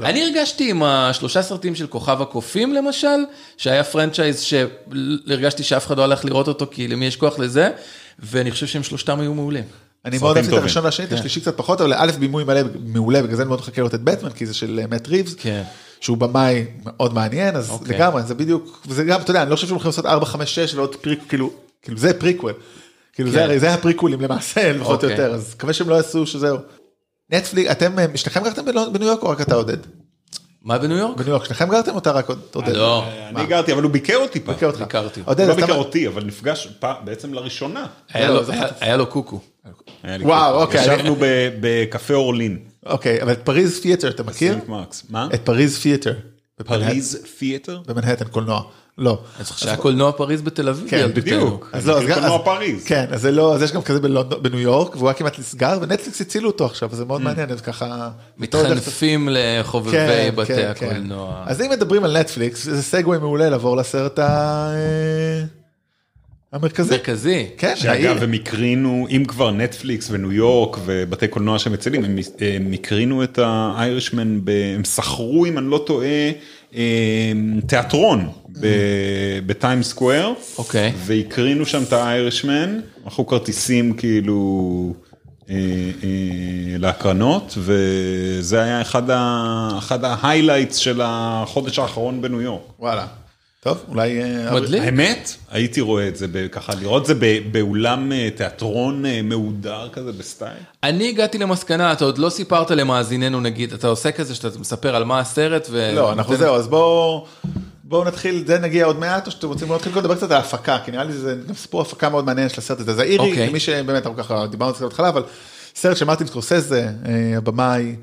Speaker 4: אני הרגשתי עם השלושה סרטים של כוכב הקופים למשל, שהיה פרנצ'ייז שהרגשתי שאף אחד לא הלך לראות אותו כי למי יש כוח לזה, ואני חושב שהם שלושתם היו מעולים.
Speaker 2: אני
Speaker 3: סרטים
Speaker 2: מאוד אהבתי את
Speaker 3: טובים.
Speaker 2: הראשון והשני, את
Speaker 4: כן.
Speaker 2: השלישי קצת פחות, אבל א' בימוי מלא מעולה, בגלל זה אני מאוד מחכה לראות את בטמן, כי זה של אה, מאט ריבס,
Speaker 4: כן.
Speaker 2: שהוא במאי מאוד מעניין, אז
Speaker 4: אוקיי.
Speaker 2: לגמרי, זה בדיוק, וזה גם, אתה יודע, אני לא חושב שהם הולכים לעשות 4, 5, 6 ועוד פריק, כאילו, כאילו זה פריקוול. כאילו זה
Speaker 4: כן.
Speaker 2: הרי, זה הפריקוולים למעשה, לפחות או
Speaker 4: אוקיי.
Speaker 2: יותר, אז מקווה שהם לא יעשו שזהו. נטפליק, אתם, אה, שניכם גרתם בלונ- בניו יורק או רק אתה עודד?
Speaker 4: מה בניו יורק?
Speaker 2: בניו יורק, שניכם גרתם או אתה רק עוד- עודד?
Speaker 4: לא,
Speaker 2: מה?
Speaker 3: אני גרתי, אבל הוא ביקר אותי פעם.
Speaker 2: ביקר אותך.
Speaker 4: ביקרתי.
Speaker 2: עודד,
Speaker 3: הוא לא
Speaker 2: אז אתה-
Speaker 3: ביקר אותי, אבל נפגש פעם- בעצם לראשונה.
Speaker 4: היה
Speaker 2: לא,
Speaker 4: לו-
Speaker 2: זה
Speaker 4: היה- היה לו קוקו.
Speaker 3: היה לי
Speaker 2: וואו,
Speaker 3: כיף.
Speaker 2: אוקיי.
Speaker 3: ישבנו ב- בקפה אורלין.
Speaker 2: אוקיי, אבל את פריז פייטר אתה מכיר?
Speaker 3: סינק מרקס. מה?
Speaker 2: את פריז פייטר.
Speaker 3: פריז תיאטר?
Speaker 2: במנהטן, קולנוע. לא.
Speaker 4: אני זוכר שהיה קולנוע פריז בתל אביב.
Speaker 2: כן,
Speaker 4: ילדותנו.
Speaker 3: בדיוק.
Speaker 2: אז לא, אז גם,
Speaker 3: קולנוע
Speaker 2: אז-
Speaker 3: פריז.
Speaker 2: כן, אז זה לא, אז יש גם כזה בלונדון, בניו יורק, והוא היה כמעט נסגר, ונטפליקס הצילו אותו עכשיו, אז זה מאוד מעניין, אז ככה...
Speaker 4: מתחנפים לחובבי
Speaker 2: כן,
Speaker 4: בתי
Speaker 2: כן, כן.
Speaker 4: הקולנוע.
Speaker 2: אז אם מדברים על נטפליקס, זה סגווי מעולה לעבור לסרט ה- אה, המרכזי.
Speaker 4: מרכזי.
Speaker 2: כן,
Speaker 3: שאגב,
Speaker 2: האי-
Speaker 3: הם הקרינו, אם כבר נטפליקס וניו יורק ובתי קולנוע שמצילים, הם הם הקרינו את האיירישמן, ב- הם שכרו, אם אני לא טועה, אה, תיאטרון בטיים סקוואר,
Speaker 4: אוקיי.
Speaker 3: והקרינו שם את האיירישמן, מכרו כרטיסים כאילו אה, אה, להקרנות, וזה היה אחד ה- אחד ההיילייטס של החודש האחרון בניו יורק.
Speaker 2: וואלה. טוב, אולי... אה,
Speaker 4: מדליק.
Speaker 3: האמת, הייתי רואה את זה ב- ככה, לראות את זה ב- באולם אה, תיאטרון אה, מהודר כזה בסטייל.
Speaker 4: אני הגעתי למסקנה, אתה עוד לא סיפרת למאזיננו נגיד, אתה עושה כזה שאתה מספר על מה הסרט ו...
Speaker 2: לא, אנחנו זהו, אז בואו בואו נתחיל, זה נגיע עוד מעט, או שאתם רוצים להתחיל קודם לדבר קצת על ההפקה, כי נראה לי זה גם סיפור הפקה מאוד מעניין של הסרט הזה. אז האירי,
Speaker 4: אוקיי.
Speaker 2: למי שבאמת, אנחנו ככה דיברנו על זה בהתחלה, אבל סרט של מרטין סקורסזה, אה, הבמאי,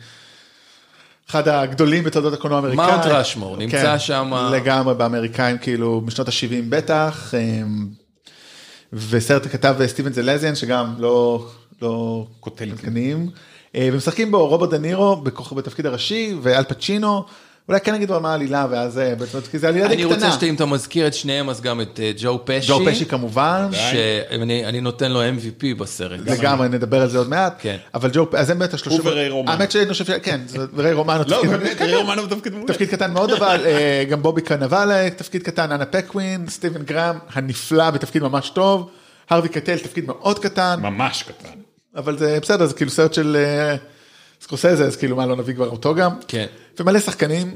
Speaker 2: אחד הגדולים בתולדות הקולנוע האמריקאי.
Speaker 4: מאונט ראשמור, נמצא
Speaker 2: כן,
Speaker 4: שמה.
Speaker 2: לגמרי, באמריקאים, כאילו, משנות ה-70 בטח, אה, וסרט כתב סטיבן זלזיאן, שגם לא... לא
Speaker 3: קוטל כן.
Speaker 2: קטנים. אה, ומשחקים בו רוברט דה נירו בכוכב בתפקיד הראשי ואל פצ'ינו. אולי כן נגיד מה העלילה ואז אה, בעצם- כי זה עלילה די
Speaker 4: אני
Speaker 2: קטנה.
Speaker 4: רוצה שאם אתה מזכיר את שניהם, אז גם את אה, ג'ו פשי.
Speaker 2: ג'ו פשי כמובן.
Speaker 4: שאני אני נותן לו MVP בסרט.
Speaker 2: לגמרי נדבר על זה עוד מעט
Speaker 4: כן.
Speaker 2: אבל ג'ו אז הם באמת השלושים
Speaker 3: הוא וריי רומנו.
Speaker 2: האמת שאני חושב שכן זה וריי רומנו
Speaker 3: לא,
Speaker 2: תפקיד-
Speaker 3: באמת, ראי אומנו בתפקיד מעולה.
Speaker 2: תפקיד קטן מאוד אבל אה, גם בובי קרנבלה תפקיד קטן אנה פקווין סטיבן גרם הנפלא בתפקיד ממש טוב הרווי קטל תפקיד מאוד קטן
Speaker 3: ממש קטן.
Speaker 2: אבל זה בסדר, זה כאילו סרט של אה, סקורסזה, אז כאילו מה, לא נביא כבר אותו גם?
Speaker 4: כן.
Speaker 2: ומלא שחקנים,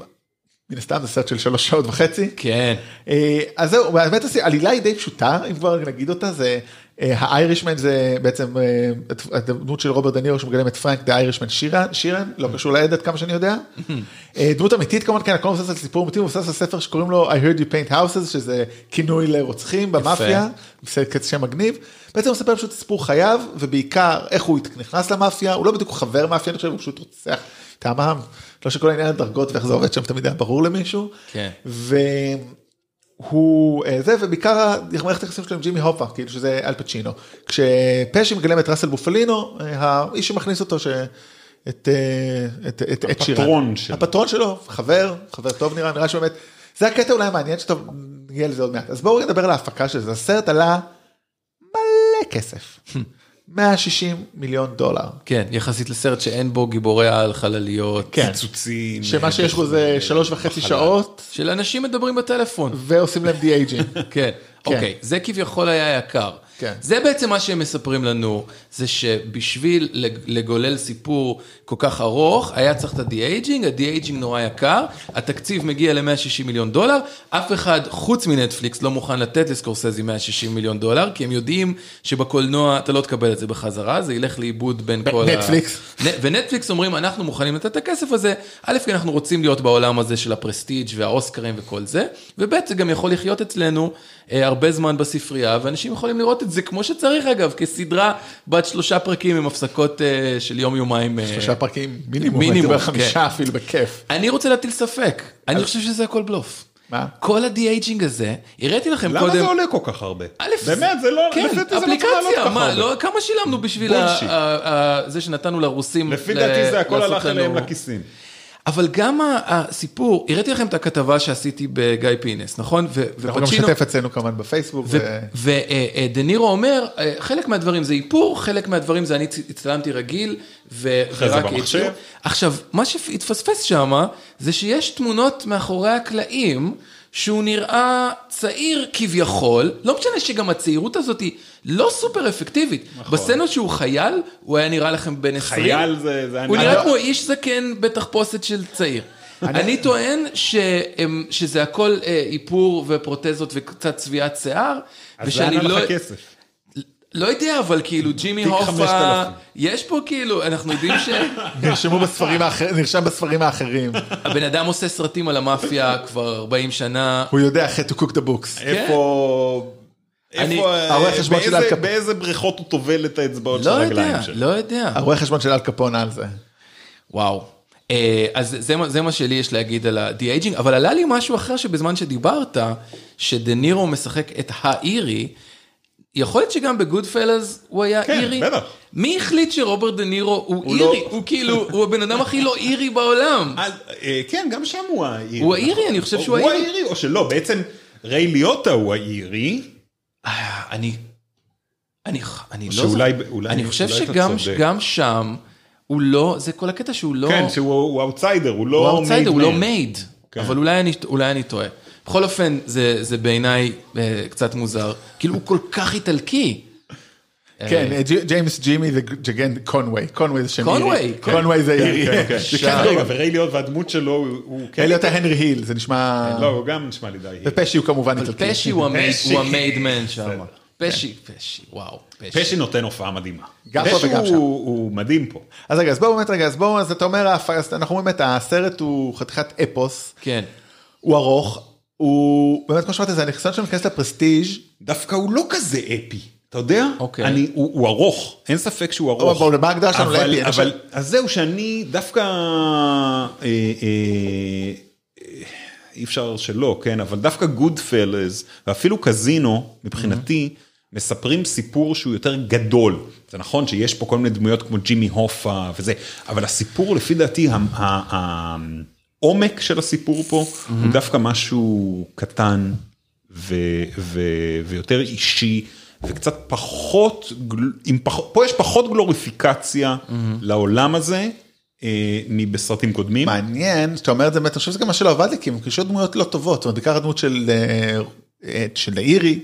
Speaker 2: מן הסתם זה סרט של שלוש שעות וחצי.
Speaker 4: כן.
Speaker 2: אה, אז זהו, באמת עשי- העלילה היא די פשוטה, אם כבר נגיד אותה, זה אה, האיירישמן זה בעצם אה, הת- הדמות של רוברט דנירו שמגלם את פרנק דה איירישמן שירן, שירן, לא קשור לעד עד כמה שאני יודע. אה, דמות אמיתית כמובן, כן, הכל מבוסס על סיפור אמיתי, מבוסס על ספר שקוראים לו I heard you paint houses, שזה כינוי לרוצחים במאפיה, בסרט קץ שם מגניב. בעצם הוא מספר פשוט את סיפור חייו, ובעיקר איך הוא נכנס למאפיה, הוא לא בדיוק חבר מאפיה, אני חושב, הוא פשוט רוצח טעמם, לא שכל העניין הדרגות ואיך זה עובד שם תמיד היה ברור למישהו.
Speaker 4: כן.
Speaker 2: והוא אה, זה ובעיקר מערכת היחסים שלו עם ג'ימי הופה כאילו שזה אל פצ'ינו כשפשי מגלם את ראסל בופלינו אה, האיש שמכניס אותו ש... את, אה, את, את, את שירן.
Speaker 3: הפטרון שלו.
Speaker 2: הפטרון שלו, חבר, חבר טוב נראה, נראה שבאמת, זה הקטע אולי המעניין שאתה נגיע לזה עוד מעט. אז בואו נדבר על ההפקה של זה, הסרט עלה מלא כסף, 160 מיליון דולר.
Speaker 4: כן, יחסית לסרט שאין בו גיבורי על חלליות.
Speaker 2: כן.
Speaker 3: פיצוצים.
Speaker 2: שמה שיש בו זה שלוש וחצי שעות
Speaker 4: של אנשים מדברים בטלפון.
Speaker 2: ועושים להם די אייג'ינג.
Speaker 4: כן, אוקיי, זה כביכול היה יקר.
Speaker 2: כן.
Speaker 4: זה בעצם מה שהם מספרים לנו, זה שבשביל לג- לגולל סיפור כל כך ארוך, היה צריך את הדי-אייג'ינג, הדי-אייג'ינג נורא יקר, התקציב מגיע ל-160 מיליון דולר, אף אחד חוץ מנטפליקס לא מוכן לתת לסקורסזי 160 מיליון דולר, כי הם יודעים שבקולנוע אתה לא תקבל את זה בחזרה, זה ילך לאיבוד בין כל ה...
Speaker 2: נטפליקס.
Speaker 4: נ- ונטפליקס אומרים, אנחנו מוכנים לתת את הכסף הזה, א', כי אנחנו רוצים להיות בעולם הזה של הפרסטיג' והאוסקרים וכל זה, וב', זה גם יכול לחיות אצלנו אה, הרבה זמן בספרייה, ואנשים יכולים לראות את זה כמו שצריך אגב, כסדרה בת שלושה פרקים עם הפסקות אה, של יום-יומיים. אה.
Speaker 2: שלושה פרקים מינימום,
Speaker 4: מינימום,
Speaker 2: הייתי אומר
Speaker 4: כן.
Speaker 2: חמישה אפילו בכיף.
Speaker 4: אני רוצה להטיל ספק, אני חושב שזה הכל בלוף.
Speaker 2: מה?
Speaker 4: כל הדי-אייג'ינג הזה, הראיתי לכם קודם...
Speaker 3: למה זה עולה כל כך הרבה?
Speaker 4: א',
Speaker 3: באמת, זה לא,
Speaker 4: כן,
Speaker 3: לפי דעתי זה לא צריך לעלות
Speaker 4: אפליקציה,
Speaker 3: ככה
Speaker 4: מה,
Speaker 3: הרבה.
Speaker 4: לא, כמה שילמנו בשביל ה-
Speaker 3: בולשיט.
Speaker 4: ה- ה- זה שנתנו לרוסים
Speaker 3: לפי
Speaker 4: ל-
Speaker 3: דעתי זה הכל
Speaker 4: לעשות
Speaker 3: הלך אליהם
Speaker 4: לנו-
Speaker 3: לכיסים.
Speaker 4: אבל גם ה- הסיפור, הראיתי לכם את הכתבה שעשיתי בגיא פינס, נכון? ו-
Speaker 2: אנחנו גם
Speaker 4: ופצ'ינו-
Speaker 2: נשתף אצלנו כמובן בפייסבוק. ו-
Speaker 4: ודה אה, נירו אומר, אה, חלק מהדברים זה איפור, חלק מהדברים זה אני צ- הצטלמתי רגיל, ו-
Speaker 3: אחרי זה
Speaker 4: ורק
Speaker 3: במחשב.
Speaker 4: איפור. עכשיו, מה שהתפספס שם, זה שיש תמונות מאחורי הקלעים, שהוא נראה צעיר כביכול, לא משנה שגם הצעירות הזאת היא לא סופר אפקטיבית. בסצנות שהוא חייל, הוא היה נראה לכם בן 20.
Speaker 3: נכון. חייל זה... זה
Speaker 4: הוא
Speaker 3: אני- לא-
Speaker 4: נראה
Speaker 3: אני-
Speaker 4: כמו איש זקן בתחפושת של צעיר. אני טוען שהם- שזה הכל אה, איפור ופרוטזות וקצת צביעת שיער,
Speaker 3: אז לאן
Speaker 4: ושאני לא...
Speaker 3: הלך הכסף?
Speaker 4: לא יודע, אבל כאילו ג'ימי
Speaker 3: תיק
Speaker 4: הופה,
Speaker 3: 5000.
Speaker 4: יש פה כאילו, אנחנו יודעים
Speaker 2: נרשמו בספרים האחרים, נרשם בספרים האחרים.
Speaker 4: שהבן אדם עושה סרטים על המאפיה כבר 40 שנה.
Speaker 3: לא
Speaker 2: הוא יודע אחרי to cook the books.
Speaker 3: איפה...
Speaker 4: כן. אני-
Speaker 3: איפה... אה,
Speaker 2: הרואה חשבון של
Speaker 3: באיזה-
Speaker 2: אל קפ-
Speaker 3: באיזה בריכות הוא טובל את האצבעות של
Speaker 4: לא יודע,
Speaker 3: הרגליים שלו?
Speaker 4: לא יודע.
Speaker 2: הרואה חשבון של אל קפון על זה.
Speaker 4: וואו. אה, אז זה, מה- זה מה שלי יש להגיד על הדי-אייג'ינג, אבל עלה לי משהו אחר שבזמן שדיברת, שדה נירו משחק את האירי, יכול להיות שגם בגוד פלאז הוא היה
Speaker 3: כן,
Speaker 4: אירי?
Speaker 3: בטח.
Speaker 4: מי החליט שרוברט דה נירו הוא,
Speaker 3: לא-
Speaker 4: אירי? הוא כאילו, הוא הבן אדם הכי לא אירי בעולם.
Speaker 3: אז, אה, כן, גם שם הוא האירי.
Speaker 4: הוא האירי,
Speaker 3: נכון.
Speaker 4: אני חושב
Speaker 3: או-
Speaker 4: שהוא האירי.
Speaker 3: הוא האירי, או שלא, בעצם ריי ליוטה הוא האירי,
Speaker 4: אה, אני, אני, אני לא
Speaker 3: שאולי-
Speaker 4: זוכר.
Speaker 3: אולי-
Speaker 4: אני חושב
Speaker 3: אולי אתה
Speaker 4: שגם
Speaker 3: צודק.
Speaker 4: גם שם, הוא לא, זה כל הקטע שהוא לא...
Speaker 3: כן, שהוא הוא אאוטסיידר, הוא לא...
Speaker 4: הוא אאוטסיידר, הוא
Speaker 3: made
Speaker 4: לא
Speaker 3: man.
Speaker 4: מייד,
Speaker 3: כן.
Speaker 4: אבל אולי אני, אולי אני טועה. בכל אופן, זה, זה בעיניי אה, קצת מוזר. כאילו, הוא כל כך איטלקי.
Speaker 2: כן, אה, ג'- ג'יימס ג'ימי וג'גן קונווי. קונווי זה שם אירי.
Speaker 4: קונווי, כן.
Speaker 2: קונווי זה
Speaker 3: כן,
Speaker 2: אירי.
Speaker 3: כן, כן.
Speaker 2: זה
Speaker 3: כן,
Speaker 2: כן,
Speaker 3: רגע, וריי ליוט והדמות שלו הוא- הוא... כן-
Speaker 2: אלה יותר הנרי היל, זה נשמע...
Speaker 3: לא, הוא גם נשמע לי די אירי.
Speaker 2: ופשי הוא כמובן
Speaker 4: אבל
Speaker 2: איטלקי.
Speaker 4: פשי הוא המייד-
Speaker 3: פשי. כן.
Speaker 4: הוא המייד מן שם. פשי, פשי, וואו.
Speaker 3: פשי נותן הופעה מדהימה.
Speaker 2: גם פה
Speaker 3: פשי
Speaker 2: וגם
Speaker 3: הוא-
Speaker 2: שם.
Speaker 3: הוא מדהים פה.
Speaker 2: אז רגע, אז בואו באמת רגע, אז בואו, אז אתה אומר, הפ- אז אנחנו אומרים את הסרט הוא חתיכת אפוס,
Speaker 4: כן.
Speaker 2: הוא ארוך, הוא באמת כמו שאמרת, זה הניסיון שלו להיכנס לפרסטיג',
Speaker 3: דווקא הוא לא כזה אפי, אתה יודע?
Speaker 4: אוקיי.
Speaker 3: אני, הוא, הוא ארוך, אין ספק שהוא ארוך.
Speaker 2: אבל מה ההגדרה שלנו
Speaker 3: אבל-
Speaker 2: לאפי? אני
Speaker 3: אבל,
Speaker 2: חושב-
Speaker 3: אז זהו שאני דווקא, אה, אה, אה, אי אפשר שלא, כן, אבל דווקא גוד פלז, ואפילו קזינו, מבחינתי, מספרים סיפור שהוא יותר גדול. זה נכון שיש פה כל מיני דמויות כמו ג'ימי הופה וזה, אבל הסיפור לפי דעתי, ה- ה- העומק של הסיפור פה, הוא דווקא משהו קטן. ו- ו- ויותר אישי וקצת פחות, גל- עם פח, פה יש פחות גלוריפיקציה לעולם הזה אה, מבסרטים קודמים.
Speaker 2: מעניין, שאתה אומר את זה באמת, אני חושב שזה גם מה שלא עבד לי, כי הם קישו דמויות לא טובות, זאת אומרת, בעיקר הדמות של אה, אה, של האירי,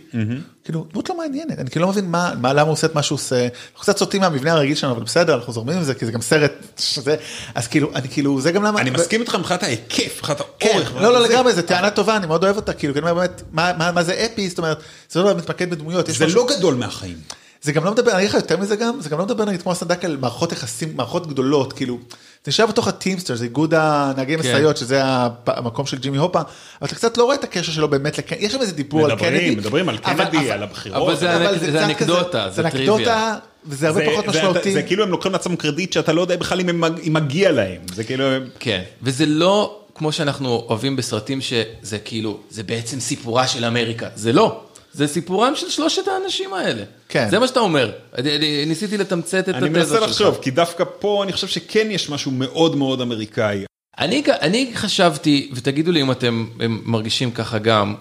Speaker 2: כאילו, דמות לא מעניינת, אני כאילו לא מבין מה, מה- למה הוא עושה את מה שהוא עושה, אנחנו קצת סוטים מהמבנה הרגיל שלנו, אבל בסדר, אנחנו זורמים עם זה, כי זה גם סרט, שזה, אז כאילו, אני כאילו, זה גם למה...
Speaker 3: אני מסכים איתך מבחינת ההיקף, מבחינת
Speaker 2: כן,
Speaker 3: האורך.
Speaker 2: לא, לא,
Speaker 3: זה-
Speaker 2: לגמרי, זו טענה טובה, אני מאוד אוהב אותה, כאילו, כי אני אומר באמת, מה- מה מה זה אפי, זאת אומרת, זה לא מתמקד בדמויות, יש
Speaker 3: זה
Speaker 2: משהו-
Speaker 3: לא גדול מהחיים.
Speaker 2: זה גם לא מדבר, אני אגיד לך יותר מזה גם, זה גם לא מדבר נגיד כמו הסנדק על מערכות יחסים, מערכות גדולות, כאילו, זה נשאר בתוך הטימסטר, זה איגוד הנהגי
Speaker 3: כן.
Speaker 2: משאיות, שזה הפ- המקום של ג'ימי הופה, אבל אתה קצת לא רואה את הקשר שלו באמת, לכ- יש שם איזה דיבור על
Speaker 3: מדברים,
Speaker 2: קנדי.
Speaker 3: מדברים על
Speaker 2: אבל-
Speaker 3: קנדי,
Speaker 2: אבל-
Speaker 3: על הבחירות.
Speaker 4: אבל זה-
Speaker 2: אבל
Speaker 4: זה
Speaker 2: קצת
Speaker 4: אנקדוטה,
Speaker 2: כזה-
Speaker 4: זה
Speaker 2: זה אנקדוטה, וזה הרבה פחות
Speaker 3: זה,
Speaker 2: משמעותי.
Speaker 3: זה כאילו הם לוקחים לעצמם קרדיט שאתה לא יודע בכלל אם, הם, מג- אם מגיע להם. זה כאילו, הם-
Speaker 4: כן, וזה לא כמו שאנחנו אוהבים בסרטים שזה כאילו, זה בעצם סיפורה של אמריקה, זה לא. זה סיפורם של שלושת האנשים האלה.
Speaker 2: כן.
Speaker 4: זה מה שאתה אומר. אני- אני ניסיתי לתמצת את התזה
Speaker 3: אני
Speaker 4: שלך.
Speaker 3: מנסה לחשוב, כי דווקא פה אני חושב שכן יש משהו מאוד מאוד אמריקאי.
Speaker 4: אני, אני חשבתי, ותגידו לי אם אתם הם מרגישים ככה גם,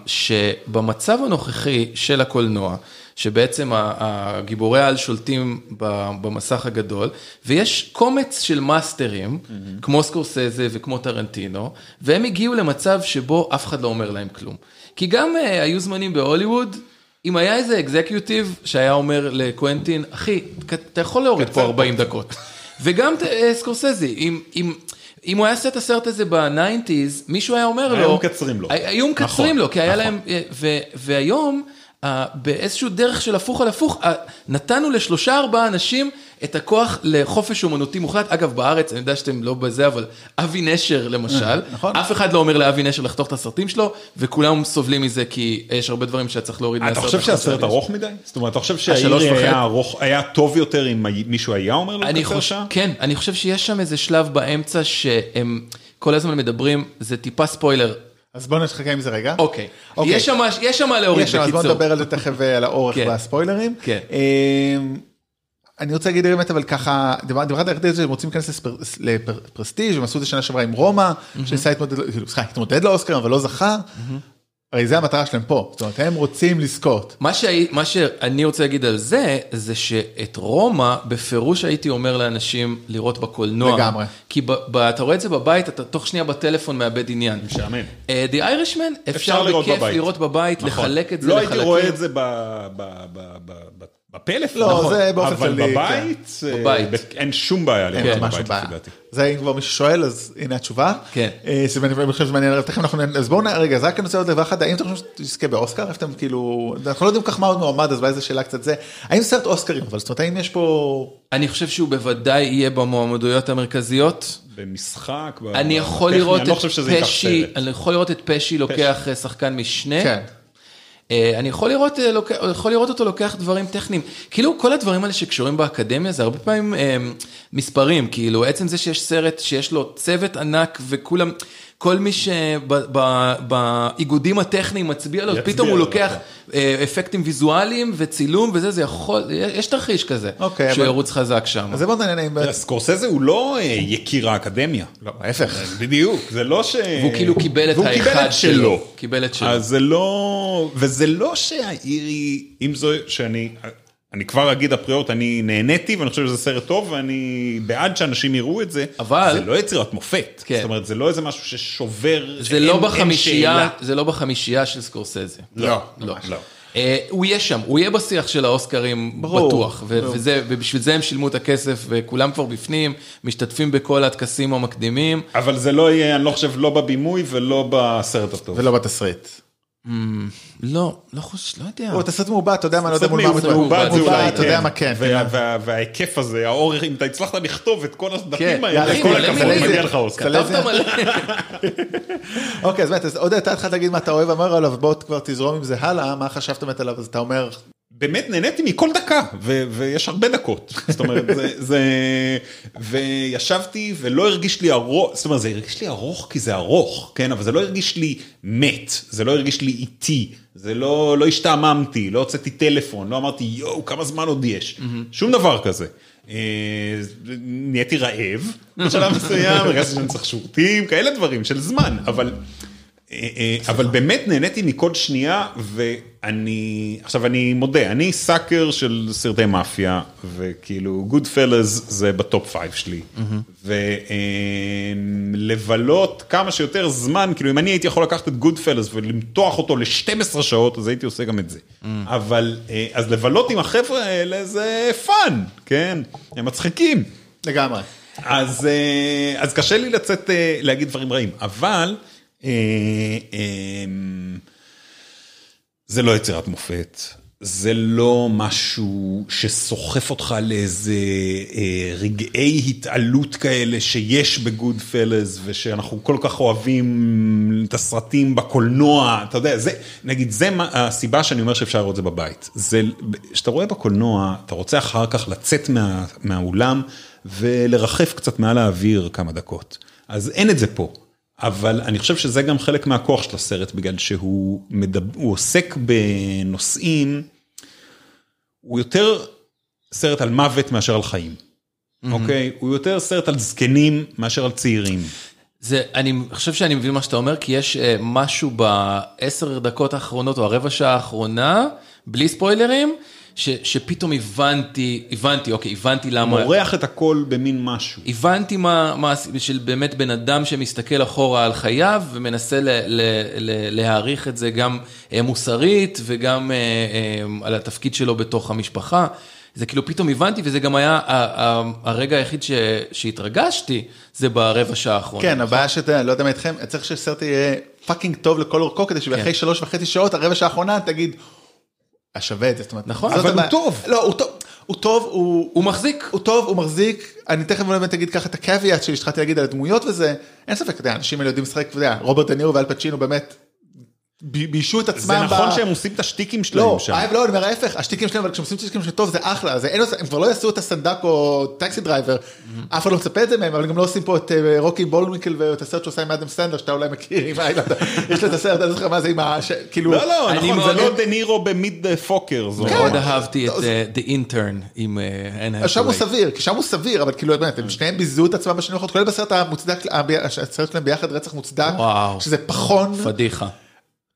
Speaker 4: שבמצב הנוכחי של הקולנוע, שבעצם ה- הגיבורי העל שולטים ב- במסך הגדול, ויש קומץ של מאסטרים, כמו סקורסזה וכמו טרנטינו, והם הגיעו למצב שבו אף אחד לא אומר להם כלום. כי גם אה, היו זמנים בהוליווד, אם היה איזה אקזקיוטיב שהיה אומר לקוונטין, אחי, אתה יכול להוריד כן, פה 40 דקות. וגם אה, סקורסזי, אם, אם, אם הוא היה עושה את הסרט הזה בניינטיז, מישהו היה אומר לו...
Speaker 3: היו מקצרים לו.
Speaker 4: הי- היו מקצרים
Speaker 3: נכון,
Speaker 4: לו, כי היה
Speaker 3: נכון.
Speaker 4: להם... אה, ו, והיום אה, באיזשהו דרך של הפוך על הפוך, אה, נתנו לשלושה ארבעה אנשים את הכוח לחופש אומנותי מוחלט. אגב, בארץ, אני יודע שאתם לא בזה, אבל אבי נשר
Speaker 3: אה,
Speaker 4: למשל,
Speaker 2: נכון.
Speaker 4: אף אחד לא אומר לאבי נשר לחתוך את הסרטים שלו, וכולם סובלים מזה כי יש הרבה דברים שאתה צריך להוריד
Speaker 3: אתה חושב
Speaker 4: אחד של
Speaker 3: שהסרט
Speaker 4: אבי נשר.
Speaker 3: ארוך מדי? אה, זאת אומרת, אתה חושב
Speaker 4: השלוש
Speaker 3: שהעיר
Speaker 4: וחצי?
Speaker 3: היה ארוך, היה טוב יותר אם הי- מישהו היה אומר לו
Speaker 4: אני
Speaker 3: לקצר
Speaker 4: חושב,
Speaker 3: שעה?
Speaker 4: כן, אני חושב שיש שם איזה שלב באמצע שהם כל הזמן מדברים, זה טיפה ספוילר.
Speaker 2: אז בוא נחכה עם זה רגע.
Speaker 4: אוקיי.
Speaker 2: אוקיי.
Speaker 4: יש שם מה- יש שם מה להוריד,
Speaker 2: יש שם, אז בוא
Speaker 4: בקיצור.
Speaker 2: נדבר על זה תכף אה, על האורך
Speaker 4: כן.
Speaker 2: והספוילרים.
Speaker 4: כן.
Speaker 2: אמ, אני רוצה להגיד באמת אבל ככה דיברת דיברת על זה שהם רוצים להיכנס לספר- לפרסטיג' הם עשו את זה שנה שעברה עם רומא שניסה להתמודד לו- כאילו, סליחה, התמודד לאוסקר אבל לא זכה. הרי זה המטרה שלהם פה זאת אומרת הם רוצים לזכות.
Speaker 4: מה, שהי, מה שאני רוצה להגיד על זה, זה שאת רומא, בפירוש הייתי אומר לאנשים לראות בקולנוע.
Speaker 2: לגמרי.
Speaker 4: כי ב, ב, אתה רואה את זה בבית, אתה תוך שנייה בטלפון מאבד עניין.
Speaker 3: משעמם.
Speaker 4: אה, The Irishman, אפשר,
Speaker 3: אפשר לראות
Speaker 4: בכיף
Speaker 3: בבית.
Speaker 4: לראות בבית,
Speaker 3: נכון.
Speaker 4: לחלק את זה
Speaker 3: לא
Speaker 4: לחלקים.
Speaker 3: הייתי רואה את זה ב- ב- ב- ב- ב- בפלאפון,
Speaker 2: לא,
Speaker 3: נכון.
Speaker 2: זה באופן
Speaker 3: אבל
Speaker 2: כללי, כן.
Speaker 3: בבית, אה,
Speaker 4: בבית.
Speaker 3: ב- אין שום בעיה לראות
Speaker 2: אין ממש
Speaker 3: בבית,
Speaker 2: בעיה.
Speaker 3: לפי דעתי.
Speaker 2: זה אם כבר מישהו שואל אז הנה התשובה.
Speaker 4: כן.
Speaker 2: אה, זה מעניין, אני חושב שזה מעניין, תכף אנחנו נ- אז בואו נ- רגע אז רק אני רוצה עוד דבר אחד האם אתה חושב שתזכה באוסקר איפה אתם כאילו אנחנו לא יודעים כל כך מה עוד מועמד אז אולי זו שאלה קצת זה האם סרט אוסקרים אבל זאת אומרת האם יש פה.
Speaker 4: אני חושב שהוא בוודאי יהיה במועמדויות המרכזיות.
Speaker 3: במשחק, ב-
Speaker 4: אני יכול
Speaker 3: בטכני,
Speaker 4: לראות
Speaker 3: אני לא
Speaker 4: את
Speaker 3: חושב שזה ייקח
Speaker 4: פשי,
Speaker 3: סרט.
Speaker 4: אני יכול לראות את פשי לוקח אה, שחקן משנה.
Speaker 2: כן.
Speaker 4: אה, אני יכול לראות, אה, לוק... יכול לראות אותו לוקח דברים טכניים. כאילו כל הדברים האלה שקשורים באקדמיה זה הרבה פעמים אה, מספרים, כאילו עצם זה שיש סרט שיש לו צוות ענק וכולם, כל מי שבאיגודים הטכניים מצביע לו,
Speaker 3: יצביע
Speaker 4: פתאום הוא
Speaker 3: לו,
Speaker 4: לוקח
Speaker 3: נכון.
Speaker 4: אה, אפקטים ויזואליים וצילום וזה, זה יכול, יש תרחיש כזה,
Speaker 2: אוקיי,
Speaker 4: שהוא
Speaker 2: אבל-
Speaker 4: ירוץ חזק שם.
Speaker 2: אז זה מאוד מעניין אם...
Speaker 3: תראה, סקורסזה הוא לא אה, יקיר האקדמיה.
Speaker 2: לא,
Speaker 3: אה.
Speaker 2: ההפך.
Speaker 3: בדיוק, זה לא ש...
Speaker 4: והוא כאילו קיבל את
Speaker 3: והוא קיבל
Speaker 4: האחד
Speaker 3: שלו.
Speaker 4: שלו. קיבל את שלו.
Speaker 3: אז זה לא... וזה לא שהעיר היא... אם זו... שאני... אני כבר אגיד אפריורט, אני נהניתי ואני חושב שזה סרט טוב ואני בעד שאנשים יראו את זה.
Speaker 4: אבל-
Speaker 3: זה לא יצירת מופת.
Speaker 4: כן.
Speaker 3: זאת אומרת, זה לא איזה משהו ששובר...
Speaker 4: זה
Speaker 3: שאין-
Speaker 4: לא
Speaker 3: אין
Speaker 4: בחמישייה,
Speaker 3: שאלה.
Speaker 4: זה לא בחמישייה של סקורסזה.
Speaker 3: לא,
Speaker 4: לא.
Speaker 3: לא.
Speaker 4: אה, הוא יהיה שם, הוא יהיה בשיח של האוסקרים
Speaker 2: ברור,
Speaker 4: בטוח, ו-
Speaker 2: ברור.
Speaker 4: וזה- ובשביל זה הם שילמו את הכסף, וכולם כבר בפנים, משתתפים בכל הטקסים המקדימים.
Speaker 3: אבל זה לא יהיה, אני לא חושב, לא בבימוי ולא בסרט הטוב.
Speaker 2: ולא בתסריט.
Speaker 4: לא, לא חושב, לא יודע.
Speaker 2: או תסריט מעובד, אתה יודע מה, לא יודע מול מה
Speaker 3: מעובד,
Speaker 2: הוא מעובד,
Speaker 3: זה אולי,
Speaker 2: אתה יודע
Speaker 3: כן.
Speaker 2: מה כן.
Speaker 3: וה- וה- וההיקף הזה, האורך, אם אתה הצלחת לכתוב את כל
Speaker 4: כן,
Speaker 3: הסדקים האלה,
Speaker 2: יאללה,
Speaker 3: כל
Speaker 2: מלא
Speaker 3: הכבוד,
Speaker 2: מילים.
Speaker 3: מגיע לך אוסקר.
Speaker 2: אתה לא
Speaker 4: כתבת
Speaker 2: יודע.
Speaker 4: מלא.
Speaker 2: אוקיי, אז באמת, אז עודד, אתה התחלת להגיד מה אתה אוהב, אמר עליו, בוא כבר תזרום עם זה הלאה, מה חשבת באמת עליו, אז אתה אומר,
Speaker 3: באמת נהניתי מכל דקה, ו- ויש הרבה דקות. זאת אומרת, זה, זה... וישבתי ולא הרגיש לי ארוך, זאת אומרת, זה הרגיש לי ארוך כי זה ארוך, כן? אבל זה לא הרגיש לי מת, זה לא הרגיש לי איטי, זה לא, לא השתעממתי, לא הוצאתי טלפון, לא אמרתי, יואו, כמה זמן עוד יש? שום דבר כזה. אה, נהייתי רעב בשלב מסוים, הרגשתי שאני צריך שירותים, כאלה דברים של זמן, אבל... אה, אה, אבל באמת נהניתי מכל שנייה, ואני, עכשיו אני מודה, אני סאקר של סרטי מאפיה, וכאילו, גוד פלאז זה בטופ פייב שלי, ולבלות כמה שיותר זמן, כאילו, אם אני הייתי יכול לקחת את גוד פלאז ולמתוח אותו ל-12 שעות, אז הייתי עושה גם את זה. אבל, אה, אז לבלות עם החבר'ה האלה זה פאן, כן? הם מצחיקים.
Speaker 2: לגמרי.
Speaker 3: אז, אה, אז קשה לי לצאת אה, להגיד דברים רעים, אבל אה, אה, זה לא יצירת מופת, זה לא משהו שסוחף אותך לאיזה אה, רגעי התעלות כאלה שיש בגוד פלז, ושאנחנו כל כך אוהבים את הסרטים בקולנוע, אתה יודע, זה, נגיד, זה מה, הסיבה שאני אומר שאפשר לראות את זה בבית. זה, כשאתה רואה בקולנוע, אתה רוצה אחר כך לצאת מה, מהאולם ולרחף קצת מעל האוויר כמה דקות. אז אין את זה פה. אבל אני חושב שזה גם חלק מהכוח של הסרט, בגלל שהוא מדב... הוא עוסק בנושאים, הוא יותר סרט על מוות מאשר על חיים, אוקיי? הוא יותר סרט על זקנים מאשר על צעירים.
Speaker 4: זה, אני חושב שאני מבין מה שאתה אומר, כי יש אה, משהו בעשר דקות האחרונות או הרבע שעה האחרונה, בלי ספוילרים, ש, שפתאום הבנתי, הבנתי, אוקיי, הבנתי למה...
Speaker 3: מורח את הכל במין משהו.
Speaker 4: הבנתי מה, מה הס- של באמת בן אדם שמסתכל אחורה על חייו ומנסה ל, ל, ל, להעריך את זה גם אה, מוסרית וגם אה, אה, על התפקיד שלו בתוך המשפחה. זה כאילו פתאום הבנתי וזה גם היה ה- ה- הרגע היחיד ש, שהתרגשתי, זה ברבע שעה האחרונה.
Speaker 2: כן, הבעיה שאתה, יודע, לא יודע מה איתכם, צריך
Speaker 4: כן.
Speaker 2: שסרט יהיה פאקינג טוב לכל אורכו, כדי שאחרי שלוש וחצי שעות, הרבע שעה האחרונה, תגיד, השווה את זה, זאת אומרת,
Speaker 4: נכון,
Speaker 2: זאת
Speaker 4: אבל הוא
Speaker 2: הבעיה.
Speaker 3: טוב.
Speaker 2: לא, הוא טוב, הוא טוב, הוא,
Speaker 4: הוא מחזיק.
Speaker 2: הוא טוב, הוא מחזיק, אני תכף באמת אגיד ככה את הקוויאט שלי שהתחלתי להגיד על הדמויות וזה, אין ספק, אתה יודע, האנשים האלה יודעים לשחק, אתה יודע, רוברט דנירו ואל פצ'ינו באמת ב- ביישו את עצמם.
Speaker 3: זה נכון
Speaker 2: ב-
Speaker 3: שהם עושים את השטיקים שלהם
Speaker 2: לא,
Speaker 3: שם.
Speaker 2: אהב, לא, אני אומר ההפך, השטיקים שלהם, אבל כשהם עושים שטיקים שלהם טוב זה אחלה, זה אין, לו- הם כבר לא יעשו את הסנדק או טקסי דרייבר,
Speaker 3: Mm-hmm.
Speaker 2: אף אחד לא מצפה את זה מהם, אבל גם לא עושים פה את אה, רוקי בולמיקל ואת הסרט שעושה עם אדם סנדר, שאתה אולי מכיר, עם האילנד, יש לו את הסרט, אני לא זוכר מה זה עם ה... ש- כאילו,
Speaker 3: לא, לא,
Speaker 4: אני
Speaker 3: נכון, זה
Speaker 4: מאוד-
Speaker 3: לא דה נירו במיד פוקר. נכון. זו-
Speaker 2: כן.
Speaker 4: מאוד אהבתי את
Speaker 2: אז-
Speaker 4: אה, The Intern עם אה, אנ
Speaker 2: שם הוא סביר, כי שם הוא סביר, אבל כאילו, באמת,
Speaker 3: Mm.
Speaker 2: הם שניהם ביזו את עצמם בשנים האחרונות, כולל בסרט המוצדק, הבי- הסרט שלהם ביחד, רצח מוצדק,
Speaker 4: וואו.
Speaker 2: שזה פחון,
Speaker 4: פדיחה.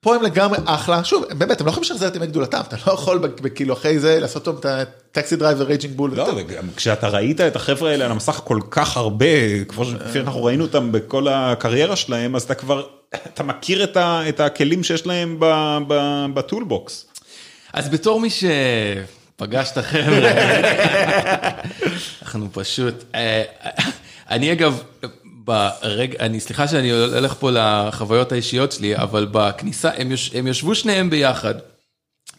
Speaker 2: פה הם לגמרי אחלה, שוב, הם באמת, הם לא יכולים לשחזר את ימי גדולתם, אתה לא יכול, ב- ב- כאילו, אחרי זה, לעשות אותם את הטקסי דרייבר רייג'ינג בול.
Speaker 3: לא, וגם כשאתה ראית את החבר'ה האלה על המסך כל כך הרבה, כמו ש- כפי שאנחנו ראינו אותם בכל הקריירה שלהם, אז אתה כבר, אתה מכיר את ה- את הכלים שיש להם ב- ב- בטולבוקס.
Speaker 4: אז בתור מי שפגש את החבר'ה, אנחנו פשוט... אה, אני אגב, ברגע, אני, סליחה שאני הולך פה לחוויות האישיות שלי, אבל בכניסה, הם, יוש, הם ישבו שניהם ביחד.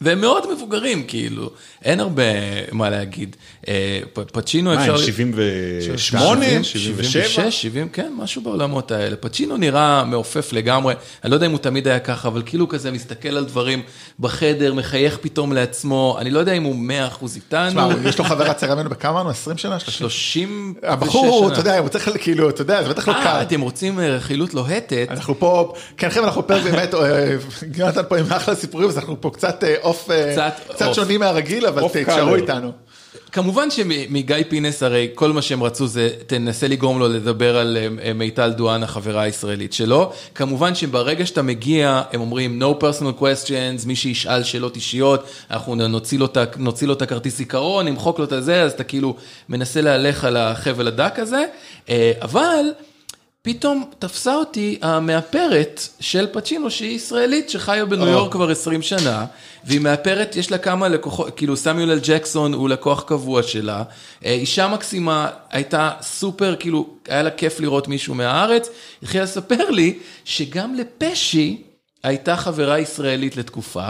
Speaker 4: והם מאוד מבוגרים, כאילו, אין הרבה מה להגיד. אה, פ- פצ'ינו
Speaker 3: מה,
Speaker 4: אפשר...
Speaker 3: הם 78, 77?
Speaker 4: 76, 70, כן, משהו בעולמות האלה. פצ'ינו נראה מעופף לגמרי, אני לא יודע אם הוא תמיד היה ככה, אבל כאילו כזה מסתכל על דברים בחדר, מחייך פתאום לעצמו, אני לא יודע אם הוא 100%
Speaker 2: תשמע,
Speaker 4: איתנו,
Speaker 2: הוא- יש לו חברה צעירה ממנו בכמה אמרנו? 20 שנה? 30?
Speaker 4: 36 שנה.
Speaker 2: הבחור, הוא, אתה יודע, הוא צריך, כאילו, אתה יודע, זה בטח לא
Speaker 4: אה,
Speaker 2: קל.
Speaker 4: אתם רוצים אה, רכילות לוהטת?
Speaker 2: אנחנו פה, כן חבר'ה, אנחנו פרק באמת, אה, יונתן פה עם אחלה סיפורים, אז אנחנו פה קצת אה, אוף, אה,
Speaker 4: קצת
Speaker 2: קצת
Speaker 4: אוף.
Speaker 2: שונים מהרגיל, אבל
Speaker 3: אוף
Speaker 2: תישארו
Speaker 3: קלר.
Speaker 2: איתנו.
Speaker 4: כמובן שמגיא פינס הרי כל מה שהם רצו זה תנסה לגרום לו לדבר על אה, מיטל דואן החברה הישראלית שלו. כמובן שברגע שאתה מגיע הם אומרים no personal questions, מי שישאל שאלות אישיות, אנחנו נוציא לו את ה- נוציא לו את הכרטיס זיכרון, נמחוק לו את הזה, אז אתה כאילו מנסה להלך על החבל הדק הזה, אה, אבל... פתאום תפסה אותי המאפרת של פצ'ינו שהיא ישראלית שחיה בניו יורק כבר 20 שנה והיא מאפרת יש לה כמה לקוחות כאילו סמיול אל ג'קסון הוא לקוח קבוע שלה אה, אישה מקסימה הייתה סופר כאילו היה לה כיף לראות מישהו מהארץ התחילה לספר לי שגם לפשי הייתה חברה ישראלית לתקופה.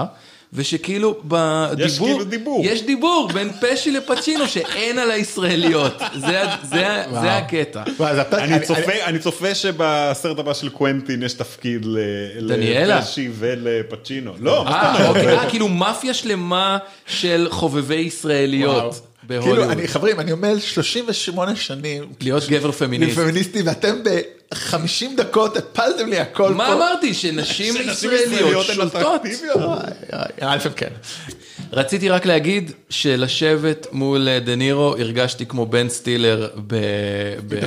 Speaker 4: ושכאילו בדיבור,
Speaker 3: כאילו דיבור.
Speaker 4: יש דיבור בין פשי לפצ'ינו שאין על הישראליות, זה, ה- זה, ה- זה הקטע.
Speaker 2: וואי, אז הפרק-
Speaker 3: אני צופה, אני צופה שבסרט הבא של קוונטין יש תפקיד ל-
Speaker 4: דניאלה.
Speaker 3: לפשי ולפצ'ינו. לא, מה זאת
Speaker 4: אה,
Speaker 3: אומרת?
Speaker 4: אוקיי, אה, כאילו מאפיה שלמה של חובבי
Speaker 2: וואו.
Speaker 4: ישראליות
Speaker 2: כאילו,
Speaker 4: בהוליווד.
Speaker 2: אני, חברים, אני עומד 38 שנים,
Speaker 4: להיות גבר
Speaker 2: אני
Speaker 4: פמיניסט.
Speaker 2: פמיניסטי, ואתם ב-50 דקות הפלתם לי הכל
Speaker 4: מה
Speaker 2: פה.
Speaker 4: אמרתי? שנשים
Speaker 3: שנשים
Speaker 4: ישראליות
Speaker 3: הן
Speaker 4: שולטות.
Speaker 3: אטרקטיביות?
Speaker 2: וואי, וואי, נראה לי שהם כן.
Speaker 4: רציתי רק להגיד שלשבת מול אה, דה נירו הרגשתי כמו בן סטילר
Speaker 2: the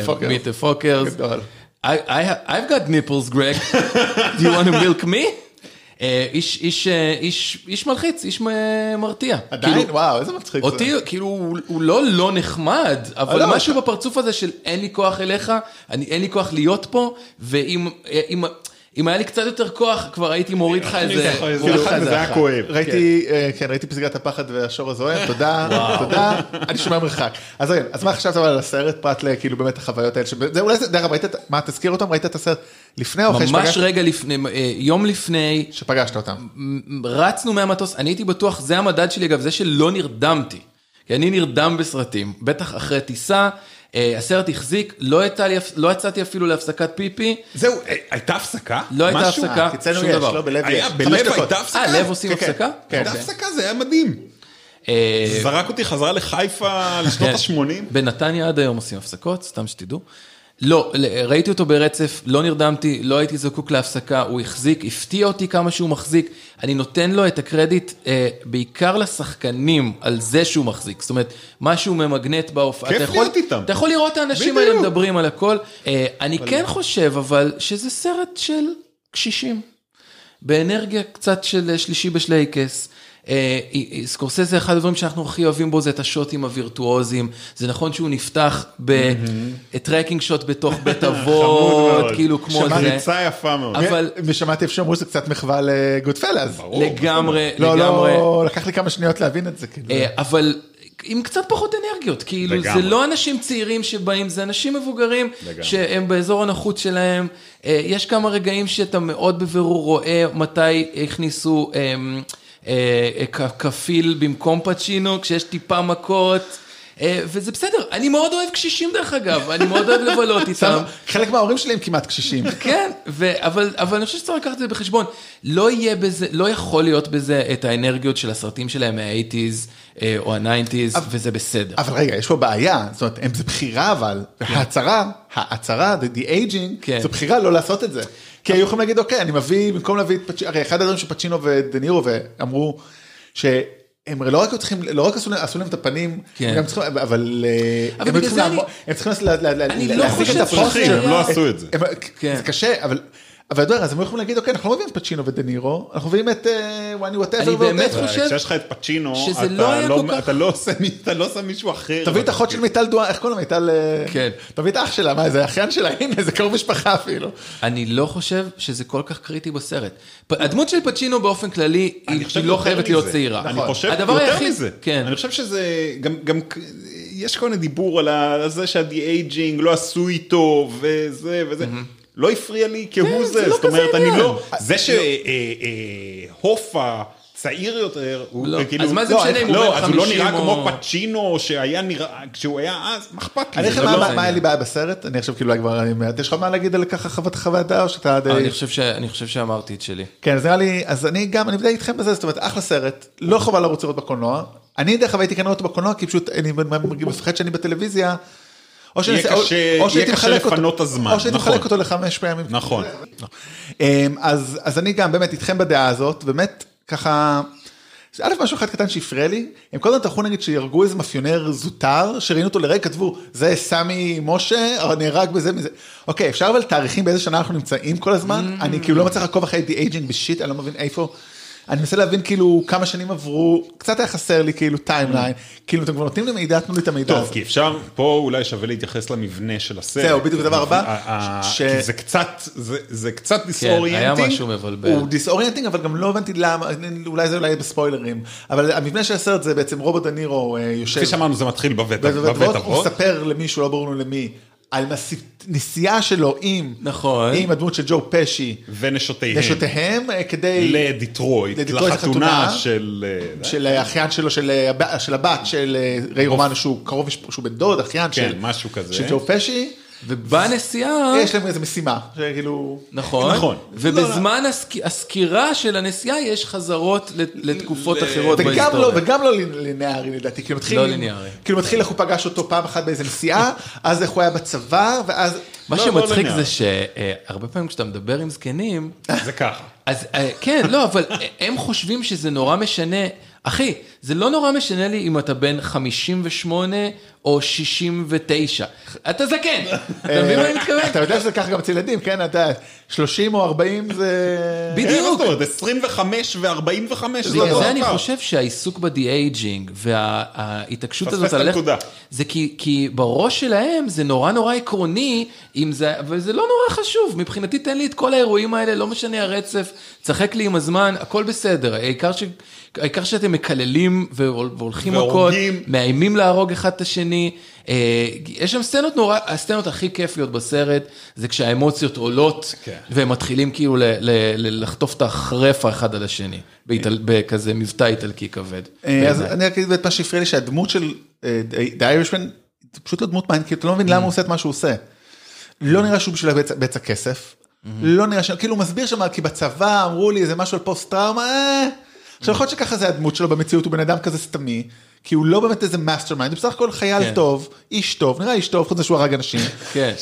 Speaker 2: Fockers.
Speaker 4: ב-Meet the Fockers.
Speaker 2: גדול.
Speaker 4: I, I have, I've got nipples, Greg. Do you want to milk me? אה, איש, איש, אה, איש, איש מלחיץ, איש מ- מרתיע.
Speaker 2: עדיין,
Speaker 4: כאילו,
Speaker 2: וואו, איזה מצחיק. זה.
Speaker 4: אותי, כאילו, הוא- הוא לא לא נחמד, אבל
Speaker 2: לא,
Speaker 4: משהו בפרצוף הזה של אין לי כוח אליך, אני, אין לי כוח להיות פה, ואם אם, אם היה לי קצת יותר כוח, כבר הייתי מוריד לך איזה...
Speaker 3: כאילו, זה
Speaker 4: מוריד לך
Speaker 3: אחד
Speaker 4: איזה
Speaker 3: וזה היה
Speaker 4: אחת.
Speaker 3: כואב.
Speaker 2: ראיתי, אה, כן, ראיתי פסגת הפחד והשור הזוהם, תודה, תודה, אני שומע מרחק. אז רגע, אז מה חשבת אבל על הסרט פרט לכאילו באמת החוויות האלה, שזה אולי זה, דרך אגב, ראית, את- מה, תזכיר אותם, ראית את הסרט לפני או אחרי
Speaker 4: ממש
Speaker 2: שפגש-
Speaker 4: רגע לפני, אה, יום לפני,
Speaker 2: שפגשת אותם?
Speaker 4: מ- רצנו מהמטוס, אני הייתי בטוח, זה המדד שלי אגב, זה שלא נרדמתי. כי אני נרדם בסרטים, בטח אחרי טיסה, אה, הסרט החזיק, לא, הייתה לי, הפ- לא יצאתי אפילו להפסקת פיפי,
Speaker 3: זהו, אה, הייתה הפסקה?
Speaker 4: לא הייתה
Speaker 3: משהו?
Speaker 4: הפסקה,
Speaker 2: אה, אצלנו
Speaker 4: שום
Speaker 2: יש,
Speaker 4: דבר.
Speaker 2: לא בלב יש.
Speaker 3: היה
Speaker 2: חמש
Speaker 3: בלב
Speaker 2: דקות.
Speaker 3: הייתה הפסקה?
Speaker 4: אה, לב עושים
Speaker 2: כן, כן,
Speaker 4: הפסקה?
Speaker 2: כן.
Speaker 3: הייתה הפסקה, זה היה מדהים.
Speaker 4: אה,
Speaker 3: זרק אותי חזרה לחיפה לשנות
Speaker 4: כן.
Speaker 3: ה-80.
Speaker 4: בנתניה עד היום עושים הפסקות, סתם שתדעו. לא, ל- ראיתי אותו ברצף, לא נרדמתי, לא הייתי זקוק להפסקה, הוא החזיק, הפתיע אותי כמה שהוא מחזיק. אני נותן לו את הקרדיט אה, בעיקר לשחקנים על זה שהוא מחזיק. זאת אומרת, משהו ממגנט בהופעה.
Speaker 3: כיף
Speaker 4: אתה יכול-
Speaker 3: להיות איתם.
Speaker 4: אתה יכול לראות את האנשים
Speaker 3: בדיוק.
Speaker 4: האלה מדברים על הכל. אה, אני כן חושב, אבל, שזה סרט של קשישים. באנרגיה קצת של אה, שלישי בשלייקס. אה, אי- אי- סקורסזה, אחד הדברים שאנחנו הכי אוהבים בו זה את השוטים הווירטואוזיים. זה נכון שהוא נפתח בטרקינג שוט בתוך בית אבות,
Speaker 3: מאוד.
Speaker 4: כאילו כמו זה.
Speaker 3: שמריצה יפה מאוד. כן,
Speaker 4: אבל-
Speaker 2: ושמעתי איפה שאמרו שזה קצת מחווה לגודפלאז.
Speaker 3: ברור.
Speaker 4: לגמרי,
Speaker 2: לא,
Speaker 4: לגמרי.
Speaker 2: לא, לקח לי כמה שניות להבין את זה, כאילו.
Speaker 4: אה, אבל עם קצת פחות אנרגיות, כאילו
Speaker 3: כן. לגמרי.
Speaker 4: זה לא אנשים צעירים שבאים, זה אנשים מבוגרים
Speaker 3: לגמרי.
Speaker 4: שהם באזור הנוחות שלהם. אה, יש כמה רגעים שאתה מאוד בבירור רואה מתי הכניסו אמ, אה, כ- כפיל במקום פצ'ינו, כשיש טיפה מכות, אה, וזה בסדר. אני מאוד אוהב קשישים דרך אגב, אני מאוד אוהב לבלות איתם.
Speaker 2: חלק מההורים שלי הם כמעט קשישים.
Speaker 4: כן, ו- אבל, אבל אני חושב שצריך לקחת את זה בחשבון. לא יהיה בזה, לא יכול להיות בזה את האנרגיות של הסרטים שלהם מה-80's אה, או ה-90's, וזה בסדר.
Speaker 2: אבל רגע, יש פה בעיה, זאת אומרת, הם- זה בחירה אבל, ההצהרה, ההצהרה, the- the aging,
Speaker 4: כן.
Speaker 2: זו בחירה לא לעשות את זה. כי היו יכולים להגיד, אוקיי, אני מביא, במקום להביא את פצ'ינו, הרי אחד הדברים שפצ'ינו ודה נירו ואמרו, שהם לא רק היו צריכים, לא רק עשו להם- עשו להם את הפנים,
Speaker 4: כן.
Speaker 2: הם גם צריכים- אבל אה,
Speaker 4: אבל
Speaker 2: הם היו
Speaker 4: בגלל
Speaker 2: צריכים
Speaker 4: זה אני-
Speaker 2: לעמוד- הם צריכים לעשות- לה- לה- לה-
Speaker 4: אני לא
Speaker 2: להחזיק את
Speaker 4: חושב
Speaker 2: הפרצוף
Speaker 4: שזה
Speaker 2: שלהם.
Speaker 3: הם לא עשו את זה.
Speaker 2: הם-
Speaker 4: כן.
Speaker 2: זה קשה, אבל... אבל אתה יודע, אז הם יכולים להגיד, אוקיי, אנחנו לא מביאים את פצ'ינו ודה נירו, אנחנו מביאים את אה, וואני וואטאבר
Speaker 4: אני באמת
Speaker 2: וואטאבר.
Speaker 4: חושב-
Speaker 3: כשיש לך את פצ'ינו,
Speaker 4: שזה
Speaker 3: אתה
Speaker 4: לא היה כל
Speaker 3: לא-
Speaker 4: כך-
Speaker 3: אתה לא עושה מי- אתה לא עושה מישהו אחר.
Speaker 2: תביא את אחות
Speaker 3: כאילו-
Speaker 2: של מיטל דואר, איך קוראים לה? מיטל... אה,
Speaker 4: כן.
Speaker 2: תביא את אח שלה, מה, זה אחיין שלה, הנה, זה קרוב משפחה
Speaker 3: כאילו,
Speaker 2: אפילו.
Speaker 4: אני לא חושב שזה כל כך קריטי בסרט. פ- הדמות של פצ'ינו באופן כללי,
Speaker 3: אני
Speaker 4: היא
Speaker 3: חושב
Speaker 4: היא לא
Speaker 3: יותר
Speaker 4: חייבת להיות
Speaker 3: מזה. נכון.
Speaker 4: צעירה. נכון.
Speaker 3: אני חושב
Speaker 4: הדבר
Speaker 3: יותר
Speaker 4: היחיד-
Speaker 3: מזה.
Speaker 4: כן.
Speaker 3: אני חושב שזה, גם, גם כ- יש כל מיני דיבור על ה- על זה שהדי אייג'ינג לא עשו איתו וזה וזה. לא הפריע לי כהוא
Speaker 4: זה
Speaker 3: זה,
Speaker 4: לא
Speaker 3: זאת
Speaker 4: כזה
Speaker 3: אומרת, אני
Speaker 4: עניין. אה,
Speaker 3: לא, זה אה, שהופה צעיר יותר, הוא
Speaker 4: לא.
Speaker 3: כאילו,
Speaker 4: אז מה זה
Speaker 3: לא,
Speaker 4: משנה אם הוא
Speaker 3: לא,
Speaker 4: בן
Speaker 3: אז הוא לא
Speaker 4: 50
Speaker 3: נראה
Speaker 4: או-
Speaker 3: כמו פצ'ינו שהיה נראה, כשהוא היה אז, מה אכפת
Speaker 2: אני
Speaker 3: לי? זה
Speaker 2: אגיד לך
Speaker 3: לא-
Speaker 2: מה-
Speaker 4: העניין.
Speaker 2: מה היה לי בעיה בסרט, אני עכשיו כאילו כבר, אני- יש לך מה להגיד על ככה חוות חוות דעה או שאתה... די-
Speaker 4: אני חושב ש- אני חושב שאמרתי את שלי.
Speaker 2: כן, אז נראה לי, אז אני גם, אני די איתכם בזה, זאת אומרת, אחלה סרט, לא חבל לרוץ לראות בקולנוע. אני דרך אגב הייתי כאן לראות אותו בקולנוע, כי פשוט אני מרגיש- מפחד שאני בטלוויזיה. או שאני-
Speaker 3: יהיה
Speaker 2: או-
Speaker 3: קשה-
Speaker 2: או שהייתי
Speaker 3: יהיה קשה
Speaker 2: מחלק אותו-
Speaker 3: לפנות את הזמן,
Speaker 2: או שהייתי
Speaker 3: נכון.
Speaker 2: מחלק אותו לחמש פעמים.
Speaker 3: נכון.
Speaker 2: אמ, אז, אז אני גם באמת איתכם בדעה הזאת, באמת ככה, זה א' משהו אחד קטן שהפריע לי, הם כל הזמן טרחו נגיד שיהרגו איזה מאפיונר זוטר, שראיינו אותו לרגע, כתבו, זה סמי משה, או נהרג בזה מזה. אוקיי, אפשר אבל תאריכים באיזה שנה אנחנו נמצאים כל הזמן?
Speaker 3: Mm.
Speaker 2: אני כאילו לא מצליח לעקוב אחרי די אייג'ינג בשיט, אני לא מבין איפה. אני מנסה להבין כאילו כמה שנים עברו, קצת היה חסר לי כאילו טיימליין, כאילו אתם כבר נותנים לי מידע, תנו לי את המידע.
Speaker 3: Mm. טוב,
Speaker 2: הזה.
Speaker 3: כי אפשר, פה אולי שווה להתייחס למבנה של הסרט.
Speaker 2: זהו, בדיוק הדבר הבא,
Speaker 3: ה- ה-
Speaker 2: ש-
Speaker 3: כי זה קצת, זה זה קצת
Speaker 4: כן, היה
Speaker 3: דיסאוריינטינג.
Speaker 4: משהו מבלבל.
Speaker 2: הוא דיסאוריינטינג אבל גם לא הבנתי למה אולי זה אולי יהיה בספוילרים אבל המבנה של הסרט זה בעצם רוברט דנירו אה, יושב
Speaker 3: כפי שאמרנו זה מתחיל בבית
Speaker 2: כן. בבית
Speaker 3: בבית
Speaker 2: אבות, הוא
Speaker 3: אבות.
Speaker 2: מספר למישהו לא ברור לנו למי על נס- נסיעה שלו עם
Speaker 4: נכון.
Speaker 2: עם הדמות של ג'ו פשי
Speaker 3: כן. ונשותיהם.
Speaker 2: נשותיהם אה, כדי
Speaker 3: לדיטרויט.
Speaker 2: לדיטרויט
Speaker 3: לחתונה
Speaker 2: לחתונה.
Speaker 3: של... אה,
Speaker 2: של האחיין שלו של הב- של הבת של אה, ריי רומנו שהוא קרוב משפ- שהוא בן דוד אחיין
Speaker 3: כן,
Speaker 2: של
Speaker 3: משהו כזה.
Speaker 2: של ג'ו פשי
Speaker 4: ובנסיעה...
Speaker 2: יש להם איזה משימה שכאילו
Speaker 4: נכון,
Speaker 3: נכון.
Speaker 4: ובזמן הסק... הסקירה של הנסיעה יש חזרות לת- לתקופות אחרות
Speaker 2: וגם
Speaker 4: כן, בהיסטוריה.
Speaker 2: לא, וגם לא לינ- לינארי לדעתי, כאילו מתחיל,
Speaker 4: לא לינארי.
Speaker 2: כאילו מתחיל איך הוא פגש אותו פעם אחת באיזה נסיעה, אז איך הוא היה בצבא, ואז...
Speaker 4: מה
Speaker 3: לא, לא
Speaker 4: שמצחיק
Speaker 3: לינארי.
Speaker 4: זה שהרבה פעמים כשאתה מדבר עם זקנים,
Speaker 3: זה ככה.
Speaker 4: אז אה, כן, לא, אבל אה, הם חושבים שזה נורא משנה. אחי, זה לא נורא משנה לי אם אתה בן 58 או 69. אתה זקן, אתה מבין מה
Speaker 2: אה,
Speaker 4: אני
Speaker 2: אתה
Speaker 3: אה,
Speaker 4: מתכוון?
Speaker 2: יודע שזה ככה גם אצל ילדים, כן, אתה יודע, 30 או 40 זה...
Speaker 3: כן, מה
Speaker 4: בדיוק.
Speaker 3: זאת אומרת? 25 ו-45 זה
Speaker 4: בגלל
Speaker 3: אותו
Speaker 4: זה אני
Speaker 3: דבר.
Speaker 4: חושב שהעיסוק די-אייג'ינג וההתעקשות הזאת
Speaker 3: פספסת
Speaker 4: על איך-
Speaker 3: נקודה.
Speaker 4: זה כי, כי בראש שלהם זה נורא נורא עקרוני, אם זה, וזה לא נורא חשוב, מבחינתי תן לי את כל האירועים האלה, לא משנה הרצף, צחק לי עם הזמן, הכל בסדר, העיקר, ש, העיקר שאתם מקללים והול- והולכים מכות,
Speaker 3: והורגים.
Speaker 4: מאיימים להרוג אחד את השני, אה, יש שם סצנות נורא, הסצנות הכי כיפיות בסרט, זה כשהאמוציות עולות,
Speaker 3: כן.
Speaker 4: והם מתחילים כאילו ל, ל, ל, לחטוף את החרף האחד על השני, באיטל, בכזה מבטא איטלקי כבד.
Speaker 2: אה, אז
Speaker 4: בעיניי.
Speaker 2: אני רק אגיד את מה שהפריע לי, שהדמות של אה, דה איירישמן, זה פשוט לא דמות מעניינת, כאילו אתה לא מבין למה הוא עושה את מה שהוא עושה. לא נראה שהוא בשביל הבצע- בצע כסף, לא נראה ש... כאילו הוא מסביר שם, כי בצבא אמרו לי איזה משהו על פוסט טראומה, אה. עכשיו יכול להיות שככה זה הדמות שלו במציאות, הוא בן אדם כזה סתמי, כי הוא לא באמת איזה מאסטר מיינד, הוא בסך הכל חייל
Speaker 4: כן.
Speaker 2: טוב, איש טוב, נראה איש טוב, חוץ מזה שהוא הרג אנשים.
Speaker 4: כן,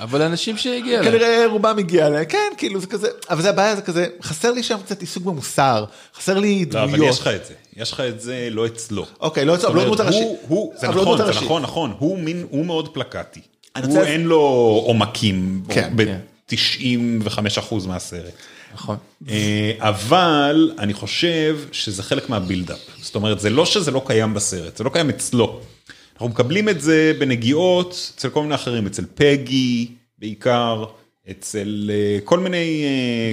Speaker 4: אבל אנשים שהגיע
Speaker 3: כן.
Speaker 4: להם.
Speaker 2: כנראה רובם הגיע אליהם, כן, כאילו זה כזה, אבל זה הבעיה, זה כזה, חסר לי שם קצת עיסוק במוסר, חסר לי
Speaker 3: לא,
Speaker 2: דמויות.
Speaker 3: אבל יש לך את זה. יש לך את זה לא אצלו.
Speaker 2: אוקיי, לא, אבל לא דמות
Speaker 3: זאת אומרת,
Speaker 2: הראשית.
Speaker 3: הוא- הוא- זה
Speaker 2: אבל לא
Speaker 3: נכון,
Speaker 2: דמות
Speaker 3: זה
Speaker 2: הראשית.
Speaker 3: נכון, נכון. הוא מין, הוא מאוד פלקטי.
Speaker 2: אני
Speaker 3: הוא
Speaker 2: רוצה-
Speaker 3: אין לו עומקים
Speaker 2: כן,
Speaker 4: כן.
Speaker 3: ב-95% מהסרט.
Speaker 4: נכון.
Speaker 3: אה, אבל אני חושב שזה חלק מהבילדאפ. זאת אומרת, זה לא שזה לא קיים בסרט, זה לא קיים אצלו. אנחנו מקבלים את זה בנגיעות אצל כל מיני אחרים, אצל פגי בעיקר, אצל אה, כל מיני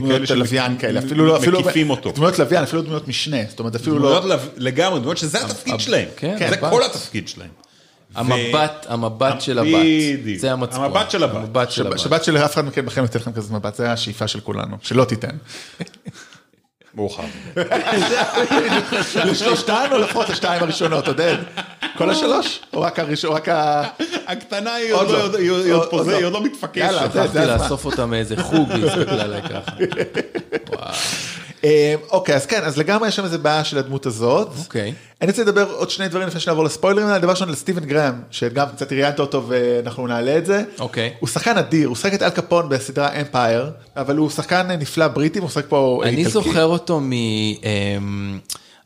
Speaker 3: אה, כאלה
Speaker 2: דמויות לוויין כאלה, אפילו לא, אפילו,
Speaker 3: מקיפים אותו.
Speaker 2: דמויות לוויין, אפילו דמויות משנה, זאת אומרת אפילו
Speaker 3: דמויות
Speaker 2: לא,
Speaker 3: לב- לגמרי, דמויות שזה התפקיד שלהם,
Speaker 4: כן,
Speaker 3: זה
Speaker 2: הבת.
Speaker 3: כל התפקיד שלהם.
Speaker 4: המבט, המבט של הבת.
Speaker 3: בדיוק.
Speaker 4: זה המצפון.
Speaker 3: המבט של הבת.
Speaker 4: המבט של
Speaker 2: שבת-
Speaker 4: הבת.
Speaker 2: שבת של אף אחד מכם בכם לא ייתן לכם כזה מבט, זה השאיפה של כולנו, שלא תיתן.
Speaker 3: מאוחר.
Speaker 2: לשלושתן או לפחות השתיים הראשונות, עודד? כל השלוש? או רק הראשון? או רק ה...
Speaker 3: הקטנה היא
Speaker 2: עוד
Speaker 3: עוד
Speaker 2: לא.
Speaker 3: לא- היא עוד- היא
Speaker 2: עוד
Speaker 3: עוד פוזה,
Speaker 2: לא.
Speaker 3: היא עוד לא מתפקשת.
Speaker 2: יאללה, זה-
Speaker 4: שכחתי
Speaker 2: הזמן.
Speaker 4: לאסוף אותה מאיזה חוג, היא הסתכלה עליי ככה.
Speaker 2: אה, אוקיי, אז כן, אז לגמרי יש שם איזה בעיה של הדמות הזאת.
Speaker 4: אוקיי.
Speaker 2: אני רוצה לדבר עוד שני דברים לפני שנעבור לספוילרים. דבר ראשון, על סטיבן גרם, שגם קצת ראיינת אותו ואנחנו נעלה את זה.
Speaker 4: אוקיי.
Speaker 2: הוא שחקן אדיר, הוא שחק את אל קפון בסדרה אמפייר, אבל הוא שחקן אה, נפלא בריטי, והוא שחק פה אה,
Speaker 4: אני
Speaker 2: איטלקי.
Speaker 4: זוכר אותו מ... אמ,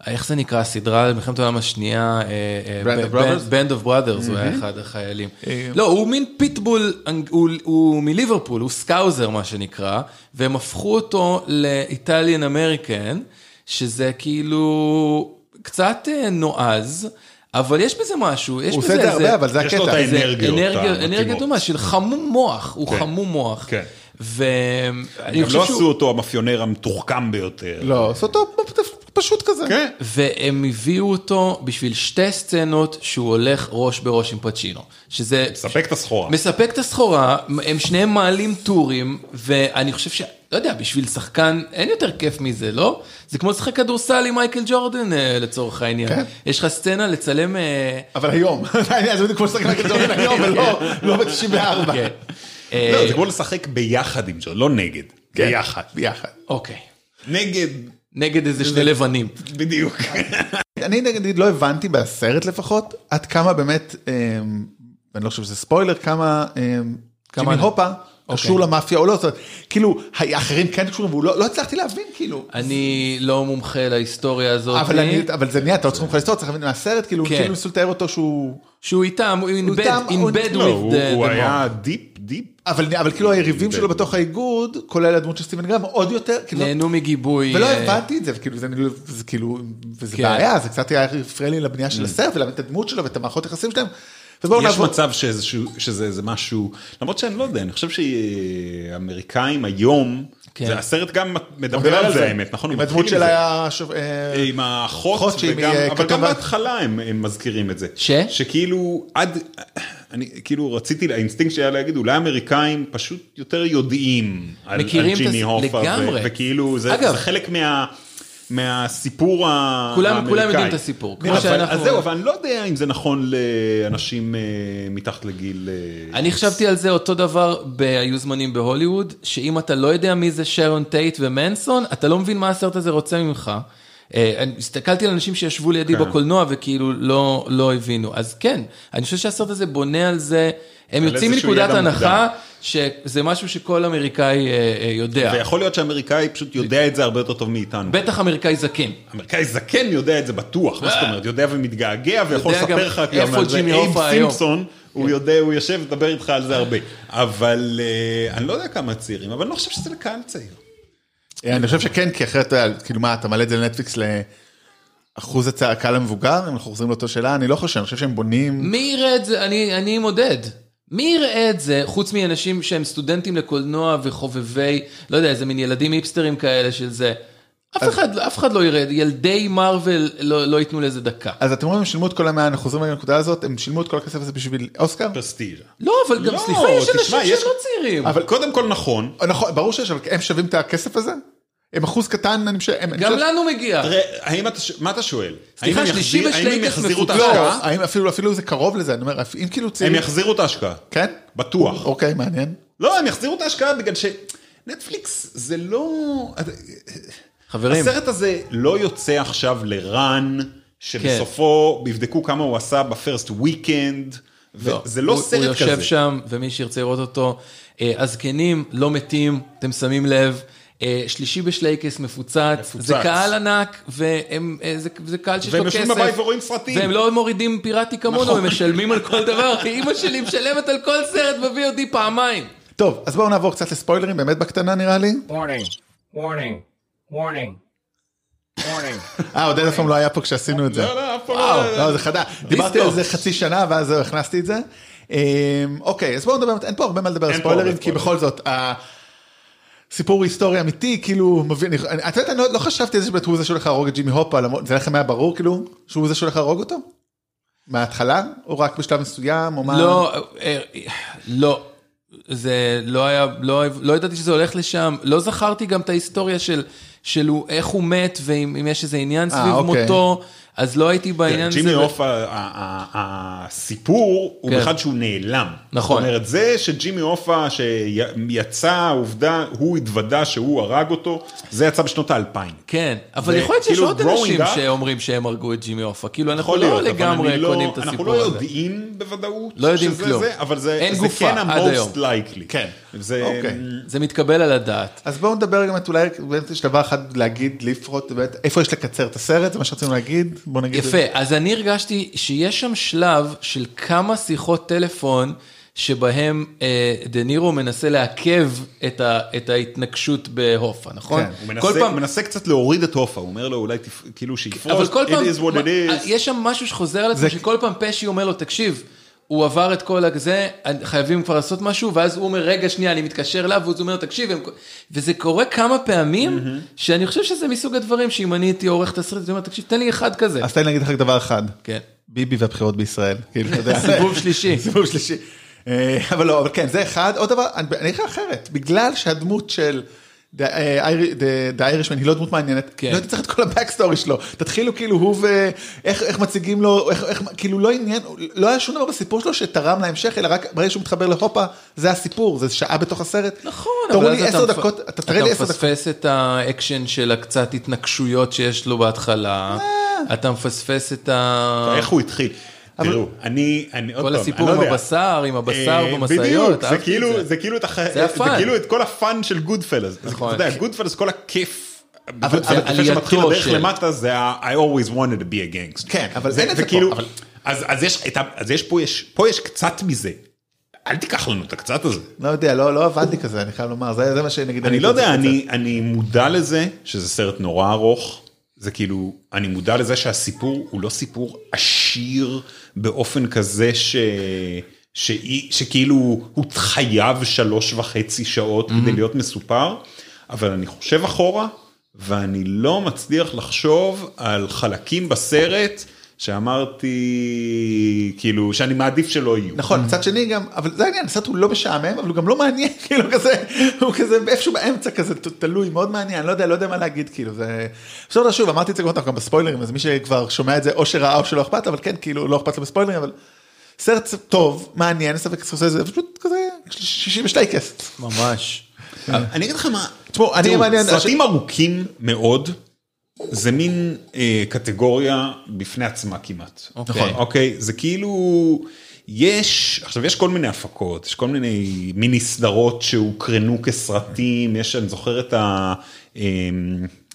Speaker 4: איך זה נקרא? הסדרה במלחמת העולם השנייה, אה,
Speaker 2: Band of Brothers?
Speaker 4: בנד אוף בראדרס, הוא היה אחד החיילים.
Speaker 2: אה.
Speaker 4: לא, הוא מין פיטבול, אנג- הוא- הוא מליברפול, הוא סקאוזר מה שנקרא, והם הפכו אותו לאיטליאן אמריקן, שזה כאילו קצת אה, נועז, אבל יש בזה משהו, יש
Speaker 2: הוא
Speaker 4: בזה
Speaker 2: עושה את זה הרבה,
Speaker 4: איזה-
Speaker 2: אבל זה
Speaker 3: יש לו
Speaker 2: הקטע.
Speaker 3: את האנרגיה.
Speaker 4: זה
Speaker 3: אנרגיות
Speaker 4: אנרגיה-
Speaker 3: המתאימות.
Speaker 4: אנרגיה דומה של חמום מוח, הוא
Speaker 3: כן.
Speaker 4: חמום מוח.
Speaker 3: כן.
Speaker 4: ואני
Speaker 3: גם
Speaker 4: חושב
Speaker 3: לא
Speaker 4: שהוא...
Speaker 3: עשו אותו המאפיונר המתוחכם ביותר.
Speaker 2: לא, עושה אותו פ- פשוט כזה.
Speaker 3: כן.
Speaker 4: והם הביאו אותו בשביל שתי סצנות שהוא הולך ראש בראש עם פצ'ינו, שזה
Speaker 3: מספק את הסחורה.
Speaker 4: מספק את הסחורה, הם שניהם מעלים טורים, ואני חושב ש... לא יודע, בשביל שחקן אין יותר כיף מזה, לא? זה כמו לשחק כדורסל עם מייקל ג'ורדן אה, לצורך העניין.
Speaker 2: כן.
Speaker 4: יש לך סצנה לצלם... אה,
Speaker 2: אבל היום, זה בדיוק כמו ששחקן הקטורים היום, ולא לא ב-94.
Speaker 4: כן.
Speaker 3: לא,
Speaker 4: אה,
Speaker 3: זה כמו לשחק ביחד עם ג'ון, לא נגד.
Speaker 2: כן,
Speaker 3: ביחד.
Speaker 2: ביחד.
Speaker 4: אוקיי.
Speaker 3: נגד,
Speaker 4: נגד איזה שני לבנים.
Speaker 3: בדיוק.
Speaker 2: אני נגיד לא הבנתי בסרט לפחות עד כמה באמת, אמ, ואני לא חושב שזה ספוילר, כמה אמ,
Speaker 4: כמה
Speaker 2: ג'ימי
Speaker 4: אני-
Speaker 2: הופה
Speaker 4: אוקיי.
Speaker 2: קשור למאפיה או לא, זאת אומרת, כאילו האחרים כן קשורים, והוא לא לא הצלחתי להבין כאילו.
Speaker 4: אני לא מומחה להיסטוריה הזאת.
Speaker 2: אבל אני- אבל זה נהיה, אתה לא צריך לך לסתור, צריך להבין מהסרט, כאילו
Speaker 4: כן.
Speaker 2: כאילו ניסו לתאר אותו שהוא...
Speaker 4: שהוא איתם, הוא in
Speaker 2: הוא איתם,
Speaker 4: bed,
Speaker 2: הוא-
Speaker 4: in bed with
Speaker 2: לא,
Speaker 3: לא,
Speaker 4: the...
Speaker 3: הוא- הוא
Speaker 4: the
Speaker 3: היה דיפ, דיפ.
Speaker 2: אבל, אבל כאילו היריבים שלו בתוך האיגוד, כולל הדמות של סטיבן גרם, עוד יותר,
Speaker 4: mob.
Speaker 2: כאילו,
Speaker 4: נהנו מגיבוי.
Speaker 2: ולא
Speaker 4: אה,
Speaker 2: הבנתי את זה, וכאילו, זה, זה כאילו, וזה
Speaker 4: כן. Mm.
Speaker 2: בעיה, זה קצת היה הפריע לי לבנייה של הסרט, ולהבין את הדמות שלו ואת המערכות היחסים שלהם. אז בואו
Speaker 3: יש
Speaker 2: נעבור.
Speaker 3: מצב שאיזשהו- שזה איזה משהו, למרות שאני לא יודע, אני חושב שאמריקאים היום,
Speaker 4: כן.
Speaker 3: זה הסרט גם מדבר על זה האמת, נכון? הוא
Speaker 2: עם
Speaker 3: מתחיל
Speaker 2: הדמות של
Speaker 3: זה.
Speaker 2: ה... שוב, אה,
Speaker 3: עם האחות,
Speaker 2: אחות שהיא
Speaker 3: וגם-
Speaker 2: מ-
Speaker 3: אבל
Speaker 2: כתבה.
Speaker 3: גם בהתחלה הם הם מזכירים את זה.
Speaker 4: ש?
Speaker 3: שכאילו עד, אני כאילו רציתי, האינסטינקט שהיה להגיד, אולי האמריקאים פשוט יותר יודעים על על
Speaker 4: מכירים את הס-
Speaker 3: ג'ימי הופה, ו-
Speaker 4: לגמרי.
Speaker 3: וכאילו זה
Speaker 4: אגב.
Speaker 3: זה חלק מה... מהסיפור ה-
Speaker 4: כולם- כולם
Speaker 3: האמריקאי. כן,
Speaker 4: יודעים את הסיפור, כמו
Speaker 3: אבל-
Speaker 4: שאנחנו-
Speaker 3: אז זהו, אבל אני לא יודע אם זה נכון לאנשים אה, מתחת לגיל... אה,
Speaker 4: אני חשבתי על זה אותו דבר ב"היו זמנים בהוליווד", שאם אתה לא יודע מי זה שרון טייט ומנסון, אתה לא מבין מה הסרט הזה רוצה ממך. אה, אני הסתכלתי על אנשים שישבו לידי
Speaker 3: כן.
Speaker 4: בקולנוע וכאילו לא, לא הבינו. אז כן, אני חושב שהסרט הזה בונה על זה, הם
Speaker 3: על
Speaker 4: יוצאים
Speaker 3: איזשהו
Speaker 4: מנקודת
Speaker 3: ידע
Speaker 4: הנחה
Speaker 3: מוקדם.
Speaker 4: שזה משהו שכל אמריקאי אה, אה, יודע.
Speaker 3: ויכול להיות שהאמריקאי פשוט יודע את זה הרבה יותר טוב מאיתנו.
Speaker 4: בטח אמריקאי זקן.
Speaker 3: אמריקאי זקן יודע את זה בטוח, מה זאת אומרת, יודע ומתגעגע ויכול
Speaker 4: אה. יודע גם
Speaker 3: לספר לך
Speaker 4: איפה
Speaker 3: גם על זה,
Speaker 4: ג'ימי
Speaker 3: אייב
Speaker 4: הופה היום. כן.
Speaker 3: סימפסון, הוא יודע, הוא יושב ומדבר איתך על זה הרבה, אבל אה, אני לא יודע כמה צעירים, אבל אני לא חושב שזה לקהל צעיר.
Speaker 2: אה, אני חושב שכן, כי אחרת, אתה יודע, כאילו מה, אתה מעלה את זה לנטפליקס לאחוז הצעקה למבוגר, אם אנחנו חוזרים לאותה שאלה, אני לא חושב, אני חושב שהם בונים...
Speaker 4: מי יראה את זה? אני, אני מודד. מי יראה את זה, חוץ מאנשים שהם סטודנטים לקולנוע וחובבי, לא יודע, איזה מין ילדים היפסטרים כאלה של זה. אף אחד, אף אחד לא יראה, ילדי מארוול לא, לא ייתנו לזה דקה.
Speaker 2: אז אתם רואים, הם שילמו את כל המאה, אנחנו חוזרים רגע לנקודה הזאת, הם שילמו את כל הכסף הזה בשביל אוסקר?
Speaker 3: פרסטיג'.
Speaker 4: לא, אבל גם,
Speaker 3: לא,
Speaker 4: סליחה, יש
Speaker 3: תשמע,
Speaker 4: אנשים
Speaker 3: יש-
Speaker 4: שהם לא צעירים.
Speaker 3: אבל קודם כל נכון,
Speaker 2: נכון, ברור שיש, אבל הם שווים את הכסף הזה? הם אחוז קטן, אני חושב... הם- אני
Speaker 4: גם
Speaker 2: חושב-
Speaker 4: לנו מגיע.
Speaker 3: תראה, האם אתה, ש- מה אתה שואל?
Speaker 4: סליחה,
Speaker 3: האם הם
Speaker 4: שלישי
Speaker 3: יחזיר- האם הם
Speaker 4: בשלייקס
Speaker 3: יחזירו את
Speaker 4: מפוצץ.
Speaker 2: לא,
Speaker 3: ההשקעה?
Speaker 2: האם אפילו אפילו זה קרוב לזה, אני אומר, אם כאילו
Speaker 3: הם
Speaker 2: צעירים...
Speaker 3: יחזירו את ההשקעה,
Speaker 2: כן?
Speaker 3: בטוח.
Speaker 2: אוקיי, מעניין.
Speaker 3: לא, הם יחזירו את ההשקעה בגלל ש... נטפליקס זה לא...
Speaker 4: חברים,
Speaker 3: הסרט הזה לא יוצא עכשיו לרן, שבסופו יבדקו כמה הוא עשה בפרסט וויקנד, וזה לא
Speaker 4: הוא- הוא
Speaker 3: סרט
Speaker 4: יושב
Speaker 3: כזה.
Speaker 4: שם, ומי שירצה לראות אותו, אה, הזקנים לא מתים, אתם שמים לב. אה, שלישי בשלייקס מפוצץ,
Speaker 3: מפוצץ.
Speaker 4: זה קהל ענק, והם, אה, זה- זה קהל שיש לו
Speaker 3: והם
Speaker 4: כסף.
Speaker 3: יושבים בבית ורואים סרטים.
Speaker 4: והם לא מורידים פיראטי
Speaker 2: נכון.
Speaker 4: כמונו, הם משלמים על כל דבר. אימא שלי משלמת על כל סרט ב-VOD פעמיים.
Speaker 2: טוב, אז בואו נעבור קצת לספוילרים, באמת בקטנה נראה לי.
Speaker 1: Warning, warning, warning, warning.
Speaker 2: אה, עודד אף פעם לא היה פה כשעשינו את זה.
Speaker 3: לא, לא, אף פעם
Speaker 2: וואו,
Speaker 3: לא.
Speaker 2: לא, זה חדש. דיברתי
Speaker 4: דיסטוק.
Speaker 2: על זה חצי שנה, ואז זהו, הכנסתי את זה. אמ, אוקיי, אז בואו נדבר, אין פה הרבה מה לדבר על
Speaker 3: אין פה
Speaker 2: ספוילרים,
Speaker 3: הרבה
Speaker 2: כי בכל זאת, הסיפור הוא היסטורי אמיתי, כאילו, מבין, אני- את יודעת, אני לא- לא חשבתי על זה שבאמת הוא זה שהולך להרוג את ג'ימי הופה, למרות- זה לכם היה ברור, כאילו, שהוא זה שהולך להרוג אותו? מההתחלה? או רק בשלב מסוים, או מה?
Speaker 4: לא, אה, אה, לא. זה לא היה, לא, לא ידעתי שזה הולך לשם, לא זכרתי גם את ההיסטוריה של, של הוא, איך הוא מת, ואם אם יש איזה עניין
Speaker 2: אה,
Speaker 4: סביב
Speaker 2: אוקיי.
Speaker 4: מותו, אז לא הייתי בעניין הזה.
Speaker 3: כן, ג'ימי
Speaker 4: ו-
Speaker 3: הוף, ה- ה- ה- הסיפור הוא
Speaker 4: כן.
Speaker 3: בכלל שהוא נעלם.
Speaker 4: נכון.
Speaker 3: זאת אומרת, זה שג'ימי הופה שיצא, העובדה, הוא התוודה שהוא הרג אותו, זה יצא בשנות האלפיים.
Speaker 4: כן, אבל
Speaker 3: זה
Speaker 4: יכול להיות שיש
Speaker 3: כאילו
Speaker 4: עוד
Speaker 3: growing
Speaker 4: אנשים
Speaker 3: up.
Speaker 4: שאומרים שהם הרגו את ג'ימי הופה, כאילו אנחנו
Speaker 3: יכול
Speaker 4: לא
Speaker 3: להיות, אבל אני
Speaker 4: לגמרי
Speaker 3: לא,
Speaker 4: קונים את
Speaker 3: אנחנו
Speaker 4: הסיפור
Speaker 3: לא
Speaker 4: הזה.
Speaker 3: יודעים בוודאות
Speaker 4: לא יודעים
Speaker 3: שזה
Speaker 4: כלום.
Speaker 3: זה, אבל זה,
Speaker 4: אין
Speaker 3: זה
Speaker 4: גופה,
Speaker 3: כן
Speaker 4: עד היום.
Speaker 3: ה-most likely.
Speaker 2: כן.
Speaker 3: זה,
Speaker 2: אוקיי.
Speaker 4: זה מתקבל על הדעת.
Speaker 2: אז בואו נדבר גם את אולי, באמת יש דבר אחד להגיד, לפרוט, באמת, איפה יש לקצר את הסרט, זה מה שרצינו להגיד, בוא נגיד. את
Speaker 3: כאילו,
Speaker 4: יפה,
Speaker 2: זה.
Speaker 4: אז אני הרגשתי שיש שם שלב של כמה שיחות טלפון שבהם אה, דה נירו מנסה לעכב את, ה, את ההתנגשות בהופה, נכון?
Speaker 2: כן,
Speaker 3: הוא
Speaker 4: כל
Speaker 3: מנסה,
Speaker 4: פעם,
Speaker 3: הוא מנסה קצת להוריד את הופה, הוא אומר לו אולי תפ... כאילו שיפרוש,
Speaker 4: אבל כל פעם,
Speaker 3: it is what it
Speaker 4: מה- אה,
Speaker 3: is.
Speaker 4: יש שם משהו שחוזר על עצמו, שכל פעם פשי אומר לו, תקשיב, הוא עבר את כל הזה, חייבים כבר לעשות משהו, ואז הוא אומר, רגע, שנייה, אני מתקשר אליו, והוא אומר, תקשיב, הם... וזה קורה כמה פעמים, שאני חושב שזה מסוג הדברים שאם אני הייתי עורך תסריט, הייתי אומר, תקשיב, תן לי אחד כזה.
Speaker 2: אז תן לי להגיד לך רק דבר אחד,
Speaker 4: כן.
Speaker 2: ביבי והבחירות בישראל, כאילו, אתה יודע.
Speaker 4: סיבוב שלישי.
Speaker 2: סיבוב שלישי. אה, אבל לא, אבל כן, זה אחד. עוד דבר, אני אני אגיד לך אחרת, בגלל שהדמות של... אה, The Irish- The- The Irishman היא לא דמות מעניינת,
Speaker 4: כן.
Speaker 2: לא הייתי צריך את כל הבקסטורי שלו, תתחילו כאילו הוא ו... איך, איך מציגים לו, איך, איך, כאילו לא עניין, לא היה שום דבר בסיפור שלו שתרם להמשך, אלא רק ברגע שהוא מתחבר להופה, זה הסיפור, זה שעה בתוך הסרט.
Speaker 4: נכון,
Speaker 2: תראו
Speaker 4: אז
Speaker 2: לי עשר
Speaker 4: מפ-
Speaker 2: דקות, אתה תראה לי עשר
Speaker 4: אתה
Speaker 2: דקות.
Speaker 4: מפספס את האקשן של הקצת התנגשויות שיש לו בהתחלה, אתה מפספס את ה...
Speaker 3: איך הוא התחיל? תראו, אני, אני, עוד
Speaker 4: כל
Speaker 3: פעם,
Speaker 4: הסיפור
Speaker 3: אני
Speaker 4: עם
Speaker 3: לא יודע.
Speaker 4: הבשר, עם הבשר
Speaker 3: אה,
Speaker 4: במשאיות,
Speaker 3: בדיוק, זה
Speaker 4: אהבתי את
Speaker 3: כאילו,
Speaker 4: זה.
Speaker 3: זה כאילו את הח-
Speaker 4: זה
Speaker 3: זה
Speaker 4: הפאן.
Speaker 3: כאילו את כל הפאן של גוד פלס.
Speaker 4: נכון.
Speaker 3: אתה יודע, גוד פלס כל הכיף.
Speaker 4: אבל
Speaker 3: Goodfellas, לפני
Speaker 4: עלייתו
Speaker 3: שמתחיל הדרך
Speaker 4: של-
Speaker 3: למטה זה ה- I always wanted to be a gangster.
Speaker 2: כן, אבל אין את זה
Speaker 3: וכאילו-
Speaker 2: פה, אבל-
Speaker 3: אז אז יש, את ה- אז יש פה, יש, פה יש קצת מזה. אל תיקח לנו את הקצת הזה.
Speaker 2: לא יודע, לא, לא עבד לי כזה, אני חייב לומר, זה, זה מה שנגיד...
Speaker 3: אני
Speaker 2: הייתי
Speaker 3: לא
Speaker 2: רוצה
Speaker 3: יודע,
Speaker 2: לצאת.
Speaker 3: אני, אני מודע לזה שזה סרט נורא ארוך, זה כאילו, אני מודע לזה שהסיפור הוא לא סיפור עשיר באופן כזה ש... ש... שכאילו הוא חייב שלוש וחצי שעות mm-hmm. כדי להיות מסופר, אבל אני חושב אחורה, ואני לא מצליח לחשוב על חלקים בסרט שאמרתי, כאילו, שאני מעדיף שלא יהיו.
Speaker 2: נכון, מצד שני גם, אבל זה העניין, הסרט הוא לא משעמם, אבל הוא גם לא מעניין, כאילו כזה, הוא כזה איפשהו באמצע כזה ת- תלוי, מאוד מעניין, לא יודע, לא יודע מה להגיד, כאילו, זה... בסדר, שוב, אמרתי את זה כבר גם בספוילרים, אז מי שכבר שומע את זה או שראה או שלא אכפת, אבל כן, כאילו, לא אכפת לו בספוילרים, אבל סרט טוב, מעניין, אין ספק סרט זה, פשוט כזה, 60 שלייקס.
Speaker 4: ממש.
Speaker 3: אני אגיד לך מה,
Speaker 2: כן. תשמעו, אני
Speaker 3: תראו,
Speaker 2: מעניין,
Speaker 3: סרטים ארוכים מאוד, זה מין אה, קטגוריה בפני עצמה כמעט.
Speaker 4: אוקיי. נכון.
Speaker 3: אוקיי, זה כאילו, יש, עכשיו יש כל מיני הפקות, יש כל מיני מיני סדרות שהוקרנו כסרטים, יש, אני זוכר את ה... אה,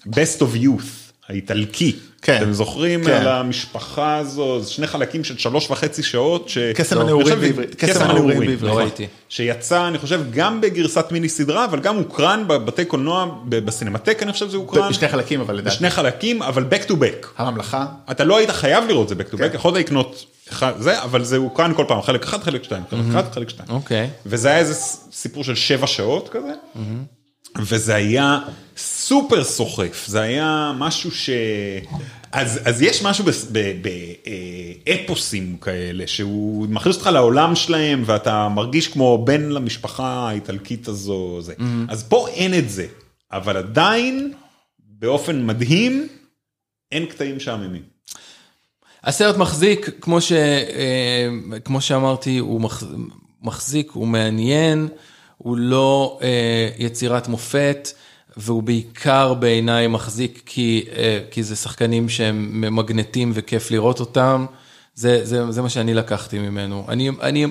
Speaker 3: best of youth, האיטלקי.
Speaker 2: כן.
Speaker 3: אתם זוכרים
Speaker 2: כן.
Speaker 3: על המשפחה הזו, זה שני חלקים של שלוש וחצי שעות. ש...
Speaker 2: קסם
Speaker 3: לא,
Speaker 2: הנעורים
Speaker 3: אני חושב-
Speaker 2: בעברית. קסם
Speaker 3: קסם
Speaker 2: הנעורים
Speaker 3: הנעורים
Speaker 2: בעברית.
Speaker 4: לא
Speaker 3: נכון.
Speaker 4: ראיתי.
Speaker 3: שיצא, אני חושב, גם בגרסת מיני סדרה, אבל גם הוקרן בבתי קולנוע, ב- בסינמטק, אני חושב שזה הוקרן.
Speaker 2: בשני חלקים, אבל לדעתי.
Speaker 3: בשני חלקים, אבל back to back.
Speaker 2: הממלכה,
Speaker 3: אתה לא היית חייב לראות את זה back to
Speaker 2: כן.
Speaker 3: back, יכולת לקנות אחד, זה, אבל זה הוקרן כל פעם, חלק אחד, חלק שתיים, חלק אחד, חלק שתיים.
Speaker 4: אוקיי.
Speaker 3: וזה היה איזה ס- סיפור של שבע שעות כזה, וזה היה סופר סוחף, זה היה משהו ש... אז, אז יש משהו באפוסים אה, כאלה, שהוא מכניס אותך לעולם שלהם, ואתה מרגיש כמו בן למשפחה האיטלקית הזו, זה. אז פה אין את זה, אבל עדיין, באופן מדהים, אין קטעים שעממים.
Speaker 4: הסרט מחזיק, כמו, ש, אה, כמו שאמרתי, הוא מח, מחזיק, הוא מעניין, הוא לא אה, יצירת מופת, והוא בעיקר בעיניי מחזיק כי, אה, כי זה שחקנים שהם מגנטים וכיף לראות אותם. זה, זה, זה מה שאני לקחתי ממנו. אני, אני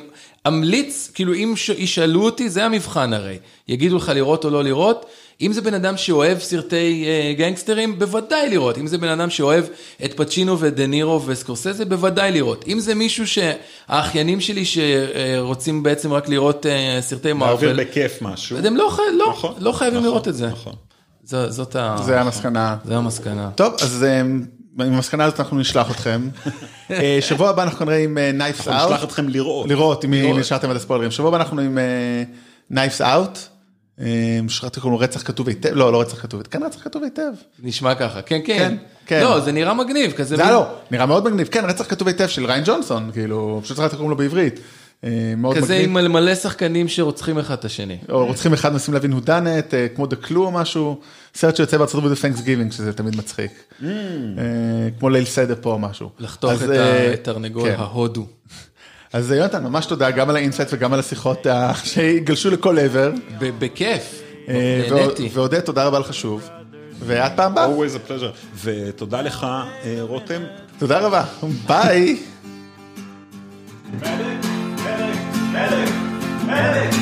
Speaker 4: אמליץ, כאילו אם ש, ישאלו אותי, זה המבחן הרי. יגידו לך לראות או לא לראות. אם זה בן אדם שאוהב סרטי אה, גנגסטרים, בוודאי לראות. אם זה בן אדם שאוהב את פצ'ינו ודה נירו וסקורסזה, בוודאי לראות. אם זה מישהו שהאחיינים שלי שרוצים בעצם רק לראות אה, סרטי
Speaker 3: מעביר
Speaker 4: מארוול,
Speaker 3: בכיף משהו.
Speaker 4: אז הם לא, חי... לא,
Speaker 3: נכון,
Speaker 4: לא חייבים
Speaker 3: נכון,
Speaker 4: לראות את זה.
Speaker 3: נכון.
Speaker 4: זו, זאת ה...
Speaker 2: זה המסקנה.
Speaker 4: זה המסקנה.
Speaker 2: טוב, אז אה, עם המסקנה הזאת אנחנו נשלח אתכם. אה, שבוע הבא אנחנו נראה עם אה, נייפס אאוט.
Speaker 3: נשלח אתכם לראות.
Speaker 2: לראות אם אם נשארתם עד הספוילרים. שבוע הבא אנחנו עם אה, נייפס אאוט. שכחתי אה, קוראים לו רצח כתוב היטב, לא, לא רצח כתוב היטב, כן רצח כתוב היטב.
Speaker 4: נשמע ככה, כן, כן.
Speaker 2: כן, כן.
Speaker 4: לא, זה נראה מגניב, כזה...
Speaker 2: זה היה
Speaker 4: מין-
Speaker 2: לא, נראה מאוד מגניב, כן רצח כתוב היטב של ריין ג'ונסון, כאילו, פשוט שכחתי קוראים לו בעברית. אה, מאוד
Speaker 4: כזה
Speaker 2: מגניב.
Speaker 4: עם מלא- מלא שחקנים שרוצחים אחד את השני.
Speaker 2: או רוצחים אחד מנסים להבין who done it, אה, כמו The Clue או משהו, סרט שיוצא בארצות הברית ב-Thanks Giving, שזה תמיד מצחיק. אה, כמו ליל סדר פה או משהו.
Speaker 4: Mm. לחתוך
Speaker 2: אז,
Speaker 4: את
Speaker 2: אה,
Speaker 4: התרנגול
Speaker 2: כן.
Speaker 4: ההודו.
Speaker 2: אז אה, יונתן, ממש תודה גם על האינסייט וגם על השיחות אה, שגלשו לכל עבר.
Speaker 4: ב- בכיף,
Speaker 2: אה,
Speaker 4: נהניתי.
Speaker 2: ועוד- ועודד, תודה רבה לך שוב. ועד פעם הבאה,
Speaker 3: always a pleasure. ותודה לך, אה, רותם.
Speaker 2: תודה רבה, ביי.
Speaker 5: Medic, medic, medic, medic.